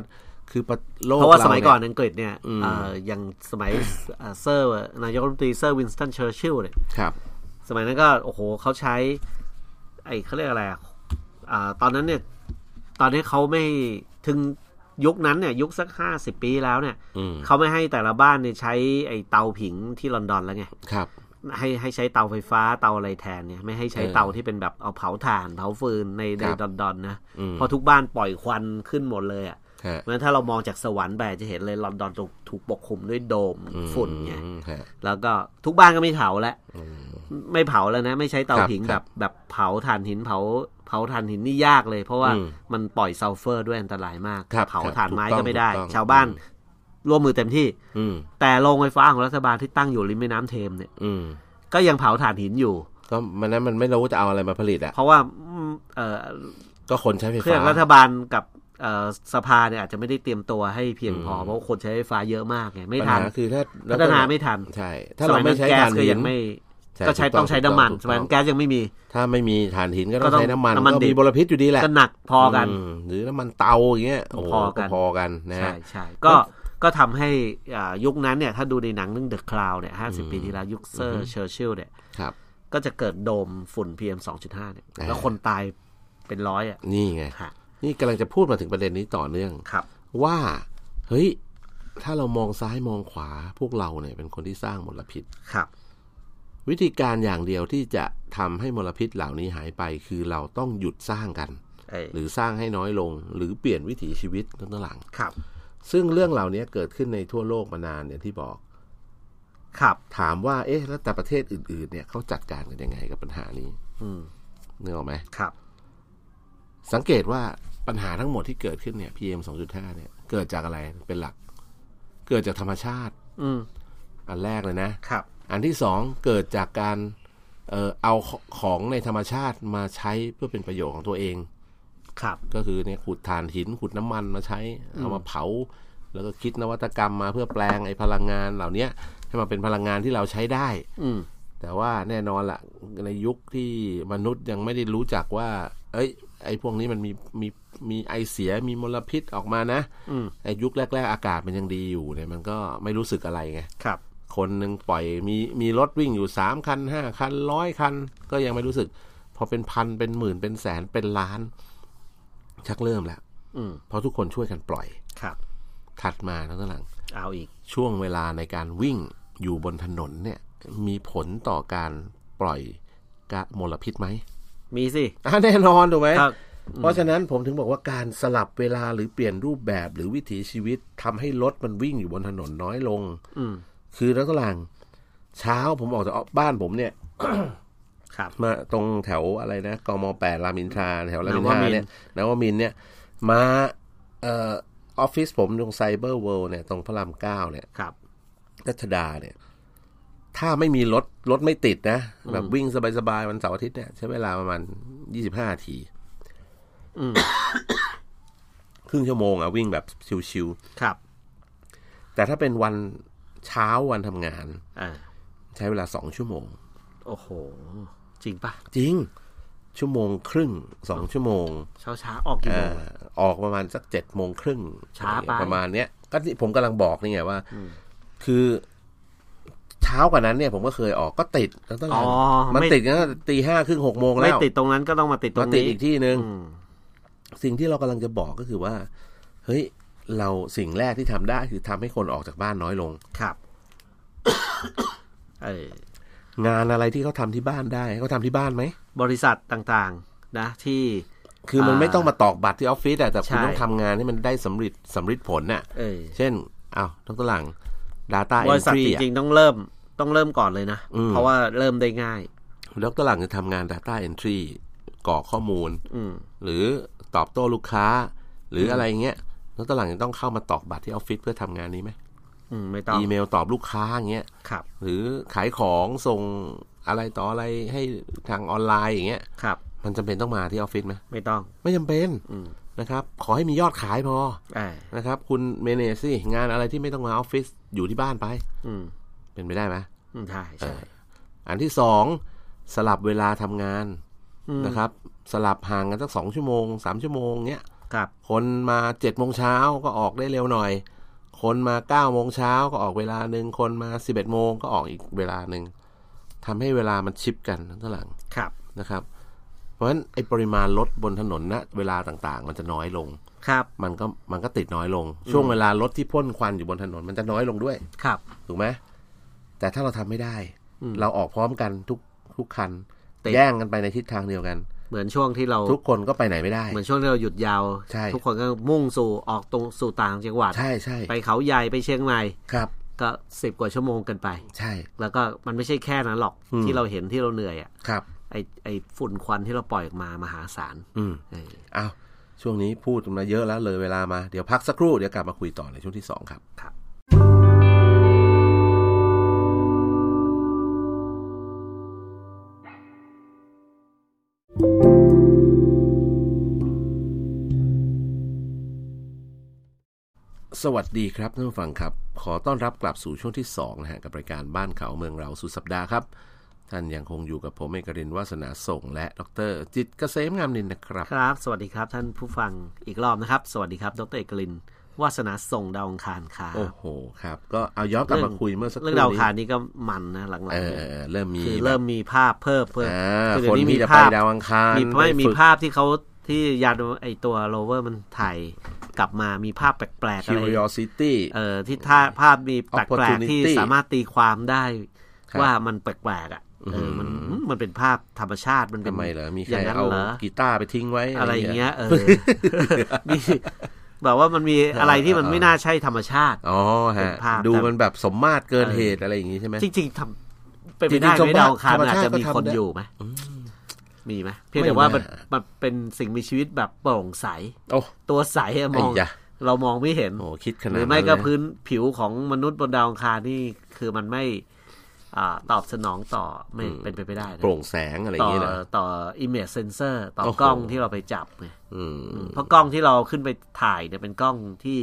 คือประโลก เพราะว่าส เเ มัยก่อนอังกฤษเนี่ย อืม เอ่ออย่างสมัย เอ่อเซอร์นายกรัฐมนตรีเซอร์วินสตันเชอร์ชิลล์เนี่ย ครับ สมัยนั้นก็โอ้โหเขาใช้ ไอ้เขาเรียกอะไรอะอ่าตอนนั้นเนี่ย ตอนนี้เขาไม่ถึงยุคนั้นเนี่ย ยุคสักห้าสิบปีแล้วเนี่ย อืม เขาไม่ให้แต่ละบ้านเนี่ยใช้ไอ้เตาผิงที่ลอนดอนแล้วไง ครับ ให้ให้ใช้เตาไฟฟ้าเตาอะไรแทนเนี่ยไม่ให้ใช้ เออ เตาที่เป็นแบบเอาเผาถ่านเผาฟืนในใน ครับ ลอนดอนนะ อืม เพราะทุกบ้านปล่อยควันขึ้นหมดเลยอ่ะ ฮะ เพราะฉะนั้นถ้าเรามองจากสวรรค์ไปจะเห็นเลยลอนดอนถูกถูกปกคลุมด้วยโดมฝุ่นไง อืมฮะ แล้วก็ทุกบ้านก็ไม่เผาแล้วไม่เผาแล้วนะ ไม่ใช้เตา ครับ ผิง ค แบ รับบ แบบเผาถ่านหินเผา เผาถ่านหินนี่ยากเลย เพราะว่า อืม มันปล่อยซัลเฟอร์ด้วยอันตรายมาก ครับ เผา ครับ ถ่านไม้ ถูกต้อง ก็ไม่ได้ ถูกต้อง ชาวบ้านร่วมมือเต็มที่ อืม แต่โรงไฟฟ้าของรัฐบาลที่ตั้งอยู่ริมแม่น้ำเทมเนี่ย อืม ก็ยังเผาถ่านหินอยู่ ก็มันนั้นมันไม่รู้จะเอาอะไรมาผลิตอ่ะ เพราะว่าอืมเอ่อ ก็คนใช้ไฟ เครื่อ ฟ้าง รัฐบาลกับเอ่อสภาเนี่ยอาจจะไม่ได้เตรียมตัวให้เพียงพอเพราะว่าคนใช้ไฟฟ้าเยอะมากไงไม่ ปัญ ทั หาน คือถ้า พัฒนาไม่ทัน ใช่ ถ้าเราไม่ใช้ สยนั้นถ่านแก๊สก็ หิ ยั น งไม่ ก็ใช้ต้องใช้น้ำมันส ถูก มัย ต้อง นั้นแก๊สยังไม่มี ถ้าไม่มีถ่านหินก็ต้อ ก็ ง ต้อง ใช้น้ำมัน น้ำมัน ก็ ดิ มีมบลพิษอยู่ดีแหละ ก็หนักพอกัน มหรือน้ำมันเตาอย่างเงี้ยโอ้โห พอกั ก็ น พอกันนะ ใช่ใช่ก็ก็ทำให้อ่ายุคนั้นเนี่ยถ้าดูในหนังเรื่องเดอะคลาวเนี่ยห้าสิบปีที่แล้วยุคเซอร์เชอร์ชิลเนี่ย ครับ ก็จะเกิดโดมฝุ่น PM 2.5เนี่ยแล้วคนตายเป็นร้อยอ่ะ นี่ไง ฮะ นี่กำลังจะพูดมาถึงประเด็นนี้ต่อเนื่อง ครับ ว่า เฮ้ย ถ้าเรามองซ้ายมองขวาพวกเราเนี่ยเป็นคนที่สร้างมลพิษ ครับ วิธีการอย่างเดียวที่จะทำให้มลพิษเหล่านี้หายไป คือเราต้องหยุดสร้างกัน ไอ้ หรือสร้างให้น้อยลง หรือเปลี่ยนวิถีชีวิตตั้งหลัง ครับ ซึ่งเรื่องเหล่านี้เกิดขึ้นในทั่วโลกมานานอย่างที่บอก ครับ ถามว่าเอ๊ะแล้วแต่ประเทศอื่นๆเนี่ยเขาจัดการกันยังไงกับปัญหานี้ อืม นึกออกไหม ครับ สังเกตว่าปัญหาทั้งหมดที่เกิดขึ้นเนี่ย PM 2.5เนี่ยเกิดจากอะไรเป็นหลัก เกิดจากธรรมชาติ อืม อันแรกเลยนะ ครับ อันที่สองเกิดจากการเอ่อเอาของในธรรมชาติมาใช้เพื่อเป็นประโยชน์ของตัวเอง ครับ ก็คือเนี่ยขุดถ่านหินขุดน้ำมันมาใช้ เอามาเผา แล้วก็คิดนวัตกรรมมาเพื่อแปลงไอ้พลังงานเหล่าเนี้ยให้มาเป็นพลังงานที่เราใช้ได้ อืม แต่ว่าแน่นอนละในยุคที่มนุษย์ยังไม่ได้รู้จักว่า เอ้ย ไอ้พวกนี้มันมีมีมีไอเสียมีมลพิษออกมานะ อืม ไอ้ยุคแรก ๆ อากาศมันยังดีอยู่เนี่ยมันก็ไม่รู้สึกอะไรไง ครับ คนหนึ่งปล่อยมีมีรถวิ่งอยู่สามคันห้าคันร้อยคัน ก็ยังไม่รู้สึก พอเป็นพันเป็นหมื่นเป็นแสนเป็นล้าน ชักเริ่มแล้ว อืม เพราะทุกคนช่วยกันปล่อย ครับ ถัดมาแล้วก็หลัง เอาอีก ช่วงเวลาในการวิ่งอยู่บนถนนเนี่ย มีผลต่อการปล่อยกะมลพิษไหม มีสิ อ่ะแน่นอนถูกไหม ครับ เพราะฉะนั้นผมถึงบอกว่าการสลับเวลาหรือเปลี่ยนรูปแบบหรือวิถีชีวิตทำให้รถมันวิ่งอยู่บนถนนน้อยลง อืม คือแล้วก็หลังเช้าผมออกจากบ้านผมเนี่ย ครับ มาตรงแถวอะไรนะกมแปดรามอินทราแถวรามอินท นวมิ ราน เนี่ยนวมินทร์เนี่ย มาเอ่อออฟฟิศผมตรงไซเบอร์เวิลด์เนี่ย ตรงพระรามเก้าเนี่ย ครับ รัชดาเนี่ย ถ้าไม่มีรถ รถไม่ติดนะ แบบวิ่งสบายๆ วันเสาร์อาทิตย์เนี่ย ใช้เวลาประมาณยี่สิบห้านาที อืม ครึ่งชั่วโมงอะวิ่งแบบชิว ครับ ๆ แต่ถ้าเป็นวันเช้าวันทำงาน อ่า ใช้เวลาสองชั่วโมง โอ้โห จริงปะ จริง ชั่วโมงครึ่งสองชั่วโมง เช้าช้าๆออกกี่โมง อ่าออกประมาณสักเจ็ดโมงครึ่ง ช้าไป ประมาณเนี้ยก็ที่ผมกำลังบอกนี่ไงว่า คือเช้ากว่านั้นเนี่ยผมก็เคยออกก็ติดแล้วตั้ง อ๋ แต่ อ มัน ไ ติดกันตั้งแต่ตีห้าครึ่งหกโมง ไม่ แล้ว ติดตรงนั้นก็ต้องมาติดตร มาง ติด นี้ อีกที่หนึ่ง อืม สิ่งที่เรากำลังจะบอกก็คือว่า เฮ้ย เราสิ่งแรกที่ทำได้คือทำให้คนออกจากบ้านน้อยลง ครับ เออง านอะไรที่เขาทำที่บ้านได้เขาทำที่บ้านไหม บริษัทต่างๆ นะ ที่ คือมัน อ่า ไม่ต้องมาตอกบัตรที่ออฟฟิศอะแต่คุณ ใช่ ต้องทำงานให้มันได้สำเร็จสำเร็จผลน่ะ เออ เช่นอ้าวทั้งตลัง Data บริษัท Entry จ อะ ริงๆ ต้องเริ่มต้องเริ่มก่อนเลยนะ อืม เพราะว่าเริ่มได้ง่าย แล้วตลังจะทำงาน Data Entry กรอกข้อมูล อืม หรือตอบโต้ลูกค้า หรืออะไรเงี้ยแล้วตลังจะต้องเข้ามาตอกบัตรที่ออฟฟิศเพื่อทำงานนี้ไหม อืม ไม่ต้อง อีเมลตอบลูกค้าอย่างเงี้ย ครับ หรือขายของส่งอะไรต่ออะไรให้ทางออนไลน์อย่างเงี้ย ครับ มันจำเป็นต้องมาที่ออฟฟิศไหม ไม่ต้อง ไม่จำเป็น อืม นะครับ ขอให้มียอดขายพอ เออ นะครับ คุณเมเนสิงานอะไรที่ไม่ต้องมาออฟฟิศอยู่ที่บ้านไป อืม เป็นไปได้ไหม อืมใช่ใช่ อันที่สองสลับเวลาทำงาน ม นะครับ สลับห่างกันสักสองชั่วโมงสามชั่วโมงเนี้ย ครับ คนมาเจ็ดโมงเช้าก็ออกได้เร็วหน่อย คนมาเก้าโมงเช้าก็ออกเวลาหนึ่งคนมาสิบเอ็ดโมงก็ออกอีกเวลาหนึ่งทำให้เวลามันชิปกันทั้างหลัง ครับ นะครับ เพราะฉะนั้นไอปริมาณรถบนถนนนะเวลาต่างๆ มันจะน้อยลง ครับ มันก็มันก็ติดน้อยลง ช่วงเวลารถที่พ่นควันอยู่บนถนนมันจะน้อยลงด้วย ครับ ถูกไหมแต่ถ้าเราทำไม่ได้ อืม เราออกพร้อมกันทุกทุกคัน ติด แย่งกันไปในทิศทางเดียวกัน เหมือนช่วงที่เรา ทุกคนก็ไปไหนไม่ได้ เหมือนช่วงที่เราหยุดยาว ใช่ ทุกคนก็มุ่งสู่ออกตรงสู่ต่างจังหวัด ใช่ใช่ ไปเขาใหญ่ไปเชียงใหม่ ครับ ก็สิบกว่าชั่วโมงกันไป ใช่ แล้วก็มันไม่ใช่แค่นั้นหรอก อืม ที่เราเห็นที่เราเหนื่อยอะ ครับ ไอไอฝุ่นควันที่เราปล่อยออกมามหาศาล อืม เออ เอาช่วงนี้พูดมาเยอะแล้วเลยเวลามาเดี๋ยวพักสักครู่เดี๋ยวกลับมาคุยต่อในช่วงที่สองครับ ครับ สวัสดีครับท่านผู้ฟังครับ ขอต้อนรับกลับสู่ช่วงที่สองนะฮะกับรายการบ้านเขาเมืองเราสุดสัปดาห์ครับ ท่านยังคงอยู่กับผมเอกรินทร์วาสนาส่ง และดรจิตรเกษมงามนินทร์นะครับ ครับ สวัสดีครับท่านผู้ฟังอีกรอบนะครับ สวัสดีครับ ดรเอกลิน วาสนาส่งดาวองคารครับ โอ้โหครับ ก็เอาย้อนกลับมาคุยเมื่อสักค เรื่ รู่ องดาวอง นี้ คารนี่ก็มันนะหลัง เออๆเนี่ย เออเริ่มมี คือเริ่มมีภาพเพิ่ม แบ เพิ่ บ ม อ่า อเดี๋ย คน วนี้ ที่ มี จะไป ภาพ ดาวอังคาร มีไม่มี ปฝึก ภาพที่เขา ที่ยานไอตัวโรเวอร์มันถ่ายกลับมามีภาพแปลกๆอะไร curiosity เออที่ท่าภาพมีแปลก Opportunity ๆที่สามารถตีความได้ ครับ ว่ามันแปลกๆอ่ะเออมันอืมมันเป็นภาพธรรมชาติมันเป็น ทำไมเหรอ มีใครอย่างนั้น เอา เหรอ กีตาร์ไปทิ้งไว้ อะไรอย่างเงี้ยเออ นี่แบบว่ามันมีอะไรที่มันไม่น่าใช่ธรรมชาติ อ๋อ เป็ ฮะ นภาพ ดู แต่ มันแบบสมมาตรเกินเหตุอะไรอย่างงี้ใช่ไหม จริงๆทำเป็น จริ ไป งๆ ได้ไห ชาว ม บ้าน ดาวอังคาร ธรรม อาจ ชาติ จะมี ก็ทำ คน ได้ อยู่ไหมมีไหมเพียงแต่ว่ามัน น่ามั มันเป็นสิ่งมีชีวิตแบบโปร่งใส โอ้ ตัวใสอะมอง ไอ้ยะ เรามองไม่เห็น โอ้คิดขนา ห ด รือไม่ก็ เลย พื้นผิวของมนุษย์บนดาวอังคารนี่คือมันไม่อาตอบสนองต่อไม่เป็นไปไม่ได้นะ โปร่งแสงอะไรอย่า ต่ ง อ งี้เหรอ ต่อ image sensor ต่อ โอ้โห กล้องที่เราไปจับไง อืม เพราะกล้องที่เราขึ้นไปถ่ายเนี่ยเป็นกล้องที่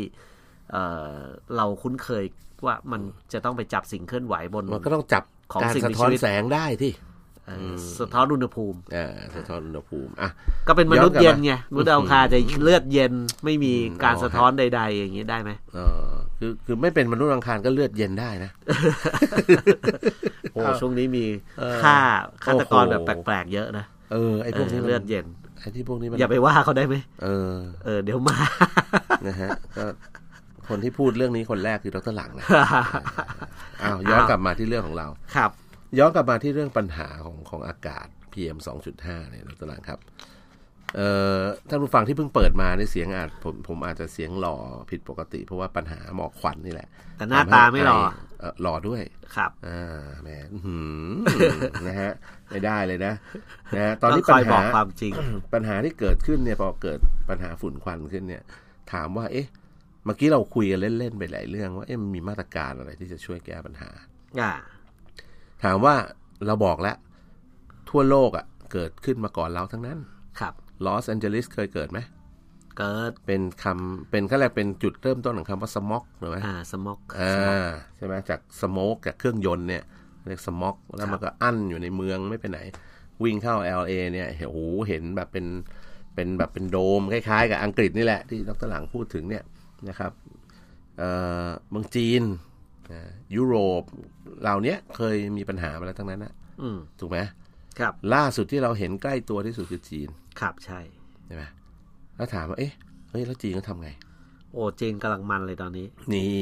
เอ่อเราคุ้นเคยว่ามันจะต้องไปจับสิ่งเคลื่อนไหวบน มันก็ต้องจับ ของ การ สิ่ง สะ มี ท้อน ชีวิต แสงได้ที่ เอ่อสะท้อนอุณหภูมิ อ่าสะท้อนอุณหภูมิอ่ะ ก็เป็นมนุษย์ ย้ เย็ อน นกลับมา ไงมนุษย์ดาวอังคารจะเลือดเย็นไม่มีการ อ๋อ สะท้อนใด ๆ อย่างนี้ได้ไหม เออคือคือไม่เป็นมนุษย์อังคารก็เลือดเย็นได้นะ โอ้ เออ ช่วงนี้มี เออ ฆ่าฆาตกร โอ้ แบบ โห แปลกๆเยอะนะ เออไอ้พวกนี้ เออ มัน เลือดเย็น ไอ้ที่พวกนี้มัน อย่าไปว่าเขาได้ไหม เออ เออเดี๋ยวมา นะฮะก็คนที่พูดเรื่องนี้คนแรกคือดรหลังนะอ้าวย้อน อ้าว กลับมาที่เรื่องของเรา ครับ ย้อนกลับมาที่เรื่องปัญหาของของอากาศ PM 2.5เนี่ยดรหลังครับเอ่อท่านผู้ฟังที่เพิ่งเปิดมาในยเสียงอาจผมผมอาจจะเสียงหล่อผิดปกติ เพราะว่าปัญหาหมอกควันนี่แหละ แต่หน้าตาไม่หล่อ เอ่อหล่อด้วย ครับ อ่าแหมอื้อหือ นะฮะไม่ได้เลยนะนะฮะตอนนี้ ต้ปังคอย ญ บอ หาก ความจริง ปัญหาที่เกิดขึ้นเนี่ยพอเกิดปัญหาฝุ่นควันขึ้นเนี่ย ถามว่าเอ๊ะเมื่อกี้เราคุยกันเล่นๆไปหลายเรื่องว่าเอ๊ะมันมีมาตรการอะไรที่จะช่วยแก้ปัญหา อ่า ถามว่าเราบอกแล้ว ทั่วโลกอะ่ะเกิดขึ้นมาก่อนเราทั้งนั้น ครับ ลอสแอนเจลิสเคยเกิดไหม เกิด เป็นคำเป็นก็แรยกเป็นจุดเริ่มต้นของคำว่าสม็อกถูกไหม อ่าสมอก อ่าใช่ไหมจากสโมกจากเครื่องยนต์เนี่ยเรียกสม็อกแล้วมันก็อั้นอยู่ในเมืองไม่ไปไหน วิ่งเข้า LA เนี่ยเห็นโอ้โหเห็นแบบเป็นเป็นแบบเป็นโดมคล้ายๆ กับอังกฤษนี่แหละที่ดรหลังพูดถึงเนี่ยนะครับเอ่อเมืองจีนอ่ายุโรปเหล่าเนี้ยเคยมีปัญหามาแล้วทั้งนั้นนะ อืม ถูกไหม ครับ ล่าสุดที่เราเห็นใกล้ตัวที่สุดคือจีน ครับใช่ ใช่ไหมแล้วถามว่าเอ๊ะเฮ้ยแล้วจีนเขาทำไง โอ้จีนกำลังมันเลยตอนนี้ นี่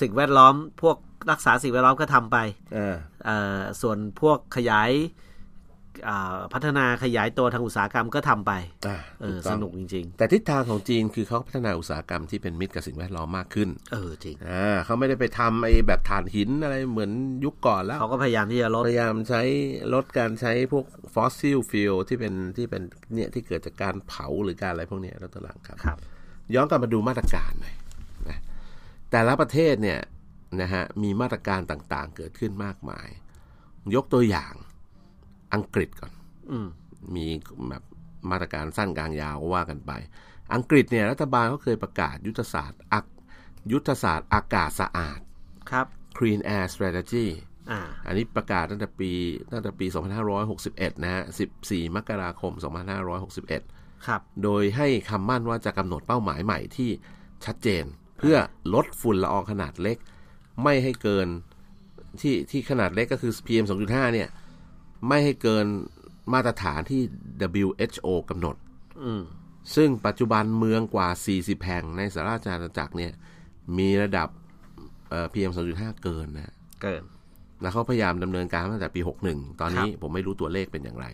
สิ่งแวดล้อมพวกรักษาสิ่งแวดล้อมก็ทำไป เออ เอ่อส่วนพวกขยายอ่าพัฒนาขยายตัวทางอุตสาหกรรมก็ทำไป อ่ะ เอ ถู อ ต้ ส อง นุกจริง แต่ทิศทางของจีนคือเขาพัฒนาอุตสาหกรรมที่เป็นมิตรกับสิ่งแวดล้อมมากขึ้น ๆ เออจริง อ่าเขาไม่ได้ไปทำไอ้แบบถ่านหินอะไรเหมือนยุคก่อนแล้ว เขาก็พยายามที่จะลด พยายามใช้ลดการใช้พวกฟอสซิลฟิลที่เป็นที่เป็นเนี่ยที่เกิดจากการเผาหรือการอะไรพวกเนี้ยแล้วตอนหลังครับ ครับ ย้อนกลับมาดูมาตรการหน่อยนะแต่ละประเทศเนี่ยนะฮะมีมาตรการต่างๆ เกิดขึ้นมากมาย ยกตัวอย่างอังกฤษก่อน อืม มีแบบมาตรการสั้นกลางยาวก็ว่ากันไป อังกฤษเนี่ยรัฐบาลเขาเคยประกาศยุทธศาสตร์อักยุทธศาสตร์อากาศสะอาด ครับ Clean Air Strategy อ่า อันนี้ประกาศตั้งแต่ปีตั้งแต่ปี 2561 นะฮะ 14 มกราคม 2561 ครับ โดยให้คำมั่นว่าจะกำหนดเป้าหมายใหม่ที่ชัดเจน เพื่อลดฝุ่นละอองขนาดเล็ก ไม่ให้เกินที่ที่ขนาดเล็กก็คือ PM 2.5 เนี่ย ไม่ให้เกินมาตรฐานที่ WHO กำหนด อืม ซึ่งปัจจุบันเมืองกว่า 40 แห่งในสหราชอาณาจักรเนี่ย มีระดับเอ่อ PM 2.5 เกินนะ เกิน แล้วเขาพยายามดำเนินการตั้งแต่ปี 61 ตอนนี้ผมไม่รู้ตัวเลขเป็นอย่างไร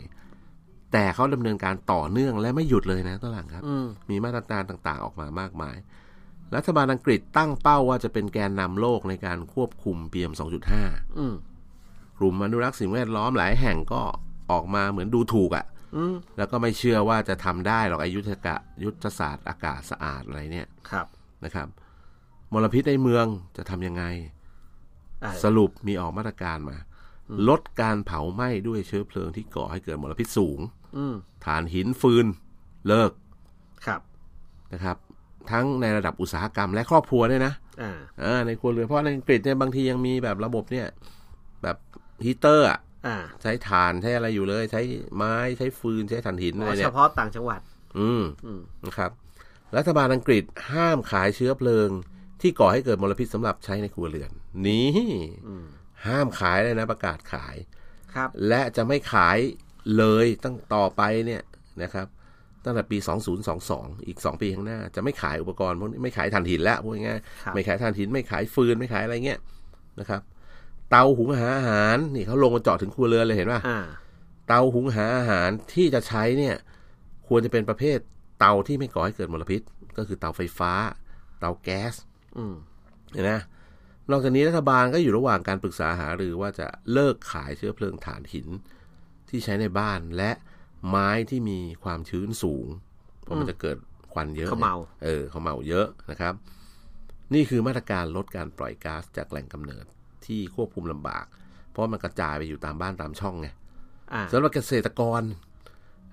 แต่เขาดำเนินการต่อเนื่องและไม่หยุดเลยนะต้นหลังครับ อืม มีมาตรการต่างๆออกมามากมาย รัฐบาลอังกฤษตั้งเป้าว่าจะเป็นแกนนำโลกในการควบคุม PM 2.5 อืม กลุ่มอนุรักษ์สิ่งแวดล้อมหลายแห่งก็ออกมาเหมือนดูถูกอะ่ะ อืม แล้วก็ไม่เชื่อว่าจะทำได้หรอกไอายุทธกะยุทธศาสตร์อากาศสะอาดอะไรเนี่ย ครับ นะครับมลพิษในเมืองจะทำยังไง อ่า สรุปมีออกมาตรการมา ลดการเผาไหม้ด้วยเชื้อเพลิงที่ก่อให้เกิดมลพิษสูง อืม ถ่านหินฟืนเลิก ครับ นะครับ ทั้งในระดับอุตสาหกรรมและครอบครัวด้วยนะ อ่า เออในครัวเรือนเพราะในอังกฤษเนี่ยบางทียังมีแบบระบบเนี่ย แบบฮีเตอร์อะ อ่า ใช้ถ่านใช้อะไรอยู่เลย ใช้ไม้ใช้ฟืนใช้ถ่านหินอะไร เฉ เนี่ย พาะต่างจังหวัด อืม อืม นะครับรัฐบาลอังกฤษห้ามขายเชื้อเพลิง ที่ก่อให้เกิดมลพิษสำหรับใช้ในครัวเรือน นี่ อืม ห้ามขายเลยนะประกาศขาย ครับ และจะไม่ขายเลยตั้งต่อไปเนี่ยนะครับ ตั้งแต่ปี 2022 อีก 2 ปีข้างหน้า จะไม่ขายอุปกรณ์พวกนี้ไม่ขายถ่านหินแล้วพูดง่ายๆ ครับ ไม่ขายถ่านหินไม่ขายฟืนไม่ขายอะไรเงี้ยนะครับ เตาหุงหาอาหารนี่เขาลงมาเจาะถึงครัวเรือนเลยเห็นป่ะ อ่า เตาหุงหาอาหารที่จะใช้เนี่ย ควรจะเป็นประเภทเตาที่ไม่ก่อให้เกิดมลพิษ ก็คือเตาไฟฟ้า เตาแก๊ส อืม เห็นไหมนอกจากนี้รัฐบาลก็อยู่ระหว่างการปรึกษาหารือว่าจะเลิกขายเชื้อเพลิงถ่านหินที่ใช้ในบ้านและไม้ที่มีความชื้นสูง เพราะมันจะเกิดควันเยอะ เขม่า เออเขม่าเยอะนะครับ นี่คือมาตรการลดการปล่อยก๊าซจากแหล่งกำเนิดที่ควบคุมลำบาก เพราะมันกระจายไปอยู่ตามบ้านตามช่องไง อ่า สำหรับเกษตรกร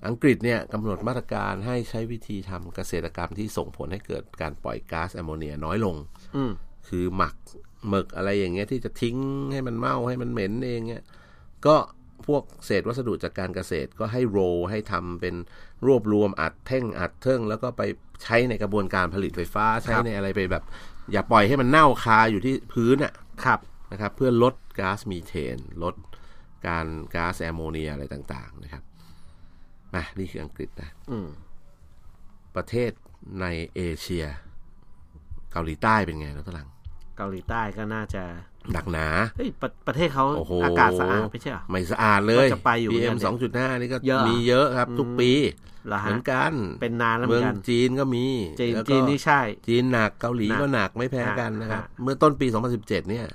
อังกฤษเนี่ยกำหนดมาตรการให้ใช้วิธีทำเกษตรกรรมที่ส่งผลให้เกิดการปล่อยก๊าซแอมโมเนียน้อยลง อืม คือหมักหมึกอะไรอย่างเงี้ยที่จะทิ้งให้มันเมาให้มันเหม็นเองเนี่ยก็พวกเศษวัสดุจากการเกษตรก็ให้โรลให้ทำเป็นรวบรวมอัดแท่งอัดเทิงแล้วก็ไปใช้ในกระบวนการผลิตไฟฟ้าใช้ในอะไรไปแบบ อย่าปล่อยให้มันเน่าคาอยู่ที่พื้นอ่ะ ครับ นะครับเพื่อลดก๊าซมีเทน ลดการก๊าซแอมโมเนียอะไรต่างๆนะครับมานี่คืออังกฤษนะ อืม ประเทศในเอเชีย เกาหลีใต้เป็นไงแล้วตลัง เกาหลีใต้ก็น่าจะ หนักหนา เฮ้ย ประประเทศเขา โอ้โห อากาศสะอาดไม่ใช่เหรอ ไม่สะอาดเลย ก็จะไปอยู่ PM เนี่ สองจุดห้านี่ก็ เยอะ มีเยอะครับ ทุกปี เหรอฮะ เหมือนกัน เป็นนานแล้วเห เมื มือ อง นกัน จีนก็มี จีน แล้วก็ จีนนี่ใช่ จีนหนักเกาหลี หนัก ก็หนักไม่แพ้กัน อ่ะ นะครับ อ่ะ เมื่อต้นปี 2017 เนี่ย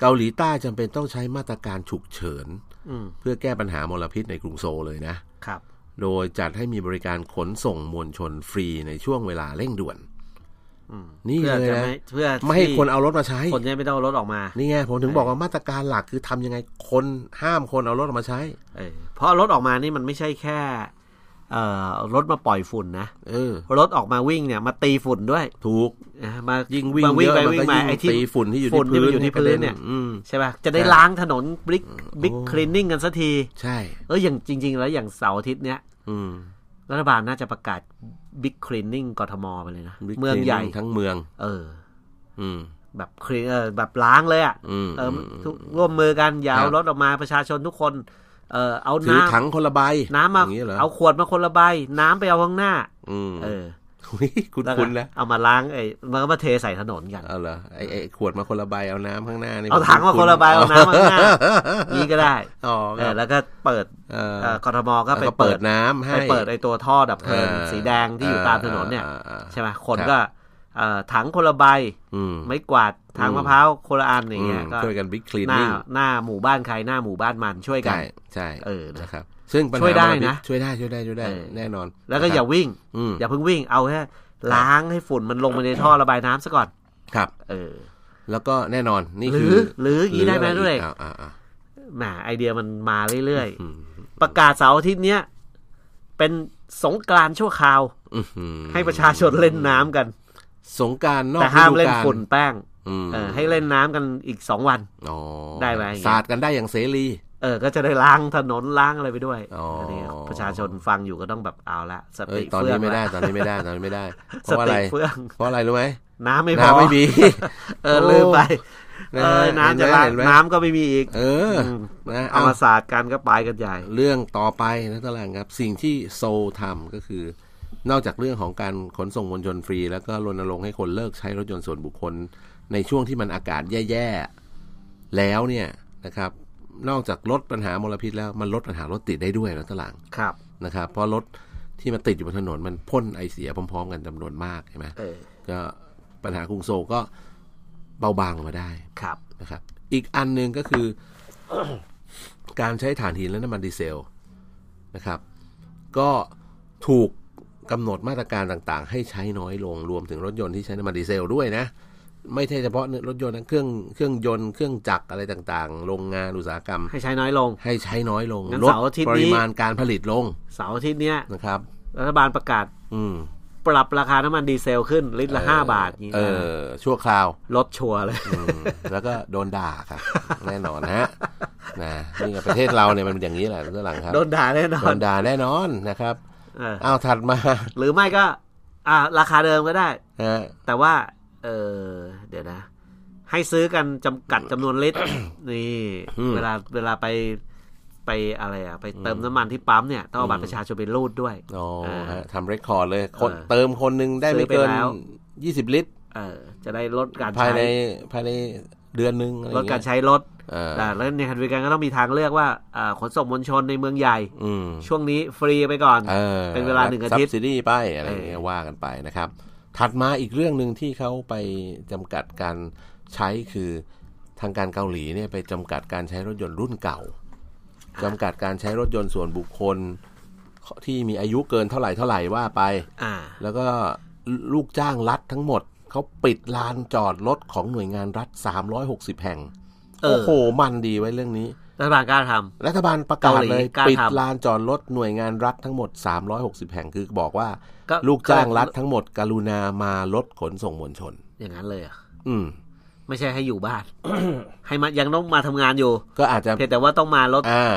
เกาหลีใต้จำเป็นต้องใช้มาตรการฉุกเฉิน อืม เพื่อแก้ปัญหามลพิษในกรุงโซลเลยนะ ครับ โดยจัดให้มีบริการขนส่งมวลชนฟรีในช่วงเวลาเร่งด่วน อืม นี่ เพื่อ เลย จะ นะ ไม่เพื่อ ไม่ให้ ที่ คนเอารถมาใช้ คนจะไม่ต้องเอารถออกมา นี่ไงผมถึงบอกว่ามาตรการหลักคือทำยังไงคนห้ามคนเอารถออกมาใช้ เออเพราะรถออกมานี่มันไม่ใช่แค่ เอ่อรถมาปล่อยฝุ่นนะ เออ รถออกมาวิ่งเนี่ยมาตีฝุ่นด้วย ถูก นะมายิ ยิ่งวิ่งเยอะ ไป มัน วิ่ง ก็ มา ยิ่ง ไอ้ที่ ตีฝุ่นที่อยู่ ฝุ่ ที่ นที่ พื้นมันอยู่ที่ กระด็ พื้นเนี่ย อืม ใช่ป่ะจะได้ ใช่ ล้างถนนบิ๊กบิ๊กคลีนนิ่งกันสักที ใช่ เอออย่างจริง ๆ แล้วอย่างเสาร์อาทิตย์เนี้ย อืม รัฐบาลน่าจะประกาศบิ๊กคลีนนิ่งกทมไปเลยนะ บิ๊ก เมืองใหญ่ คลีนนิ่งทั้งเมือง เออ อืม แบบคลีนเออแบบล้างเลยอ่ะ อืม เอออ ม ทุกร่วมมือกันอย่า ครั เอา บ รถออกมาประชาชนทุกคน เออเอา ถือ น้ ถังคนละใบ ำน้ำมา ย่งนี้เหรอ เอาขวดมาคนละใบน้ำไปเอาข้างหน้า อืม เออ ยคุณ แล้วก็ คุณแล้ว เอามาล้างไอ้มันก็มาเทใส่ถนนกัน เอาเหรอไอไอขวดมาคนละใบเอาน้ำข้างหน้านี่ เอาถังมาคนละใบเอาน้ำมาข้างหน้านี่ก็ได้ อ๋อคเอรั อบ แล้วก็เปิด เออ เอ่อกทมก็ไป แล้ว เปิ เปิ ด ดน้ำให้ ไปเปิดไอ้ตัวท่อดับเพลิง ออ สีแดงที่อยู่ตามถนนเนี่ย อ่าอ่าอ่า ใช่ไหมคน ครับ ก็เอ่อถังคนละใบ อืม ไม้กวาดทางมะพร้าวคนละอันอย่างเงี้ย อืม ก็ ช่วยกันบิ๊กคลีน หน้า นิ่ง หน้าหมู่บ้านใครหน้าหมู่บ้านมันช่วยกัน ใช่ใช่ เออนะ นะครับซึ่งปัญหา ช่วยได้ มลพิษ นะ ช่วยได้ช่วยได้ช่วยได้ เออ แน่นอน แล้วก็ นะ อ ครั ย่า บ วิ่ง อืม อย่าเพิ่งวิ่งเอาแค่ล้างให้ฝุ่นมันลงไปในท่อระบายน้ำซะก่อน ครับ เออ แล้วก็แน่นอนนี่ หรื คือ อ หรืออย่างนี้ได้ไหมด้วย อ่าอ่าอ่า แหมไอเดียมันมาเรื่อย อืม ๆ ประกาศเสาร์อาทิตย์เนี้ยเป็นสงกรานต์ชั่วคราว อื้อหือ ให้ประชาชนเล่นน้ำกัน สงกรารนอก แต่ห้าม ฤดูก เล่นฝุ่นแป้ง อืม เออให้เล่นน้ำกันอีกสองวัน อ๋อ ได้ไหมอย่างเงี้ย สาดกันได้อย่างเสรี เออ ก็จะได้ล้างถนนล้างอะไรไปด้วย อ๋ออั นนี้ประชาชนฟังอยู่ก็ต้องแบบเอาละส เอ้ ติ ยตอน เฟื่อ นี้ ง ไม่ได้ ละ ตอนนี้ไม่ได้ตอนนี้ไม่ ได้ เพ ส ราะอะไร ติเฟื่อง เพราะอะไรรู้ไหม น้ำไม่พอ น้ำไม่มี เออลืมไป โอ้ เออน้ำจะ เห็นไหมเห็นล้างไหม น้ำก็ไม่มีอีก เออ ม นะ เอา เอา มาสาดกันก็ไปกันใหญ่ เรื่องต่อไปนะตะลังครับ สิ่งที่โซลทำก็คือ นอกจากเรื่องของการขนส่งมวลชนฟรี แล้วก็รณรงค์ให้คนเลิกใช้รถยนต์ส่วนบุคคล ในช่วงที่มันอากาศแย่ๆแล้วเนี่ยนะครับ นอกจากลดปัญหามลพิษแล้วมันลดปัญหารถติดได้ด้วยนะตะลัง ครับ นะครับเพราะรถที่มันติดอยู่บนถนนมันพ่นไอเสียพร้อมๆ กันจำนวนมากใช่ไหม เออ ก็ปัญหากรุงโซลก็เบาบางลงมาได้ ครับ นะครับ อีกอันหนึ่งก็คือ การใช้ถ่านหินและน้ำมันดีเซลนะครับ ก็ถูกกำหนดมาตรการต่างๆ ให้ใช้น้อยลงรวมถึงรถยนต์ที่ใช้น้ำมันดีเซลด้วยนะ ไม่ใช่เฉพาะรถยนต์นะเครื่องเครื่องยนต์เครื่องจักรอะไรต่างๆโรงงานอุตสาหกรรม ให้ใช้น้อยลง ให้ใช้น้อยลง งั้น ลด เสาร์อาทิตย์ ป นี้ ริมาณการผลิตลง เสาร์อาทิตย์เนี้ย นะครับ รัฐบาลประกาศ อืม ปรับราคาน้ำมันดีเซลขึ้นลิตรละห้าบาทย่างงี้ เออ ชั่วคราว ลดชัวร์เลย อืมแล้วก็โดนด่าครับ แน่นอนนะฮะนะนี่ไงประเทศเราเนี่ยมันเป็นอย่างนี้แหละเรื่องหลังครับ โดนด่าแน่นอ โด น นด่าแน่นอนนะครับ เออ อ้าวถัดมา หรือไม่ก็ อ่า ราคาเดิมก็ได้ ฮะ แต่ว่า เออเดี๋ยวนะ ให้ซื้อกันจำกัดจำนวนลิตร นี่ เวลาเวลาไป ไปอะไรอ่ะไปเติมน้ำมันที่ปั๊มเนี่ยต้องเอาบัตรประชาชนไปรูดด้วย อ๋อ อ่า ฮะทำเรคคอร์ดเลยคน เออ เติมคนหนึ่งได้ไม่เกิ ซื้ น อไปแล้ว ยี่สิบลิตร เออจะได้ลดการ ภาย ใช้ ในภายในเดือนหนึ่งอะไรอ ล ย่า ด ง กา เงี้ ร ย ใช้รถ อ่า แต่แล้วในขณะเดียวกันก็ต้องมีทางเลือกว่าอ่าขนส่งมวลชนในเมืองใหญ่ อืม ช่วงนี้ฟรีไปก่อน เออ เป็นเวลาหนึ่งอาทิตย์ ซับซิดีไปอะไรอย่างเงี้ย เออ ว่ากันไปนะครับ ถัดมาอีกเรื่องหนึ่งที่เขาไปจำกัดการใช้คือทางการเกาหลีเนี่ยไปจำกัดการใช้รถยนต์รุ่นเก่าจำกัดการใช้รถยนต์ส่วนบุคคล ที่มีอายุเกินเท่าไหร่เท่าไหร่ว่าไป อ่า แล้วก็ลูกจ้างรัฐทั้งหมด เขาปิดลานจอดรถของหน่วยงานรัฐ 360 แห่ง เออ โอ้โห มันดีไว้เรื่องนี้ รัฐบาลกล้าท รัฐบาลประกาศ เกาหลี เลย กล้า ปิด ทำ ลานจอดรถหน่วยงานรัฐทั้งหมด 360 แห่งคือบอกว่า ำก็ ลูกจ้างรัฐทั้งหมด กรุณามาลดขนส่งมวลชน อย่างนั้นเลยเหรอ่ะ อืม ไม่ใช่ให้อยู่บ้าน ให้มายังต้องมาทำงานอยู่ ก็อาจจะ เพียงแต่ว่าต้องมารถ อ่า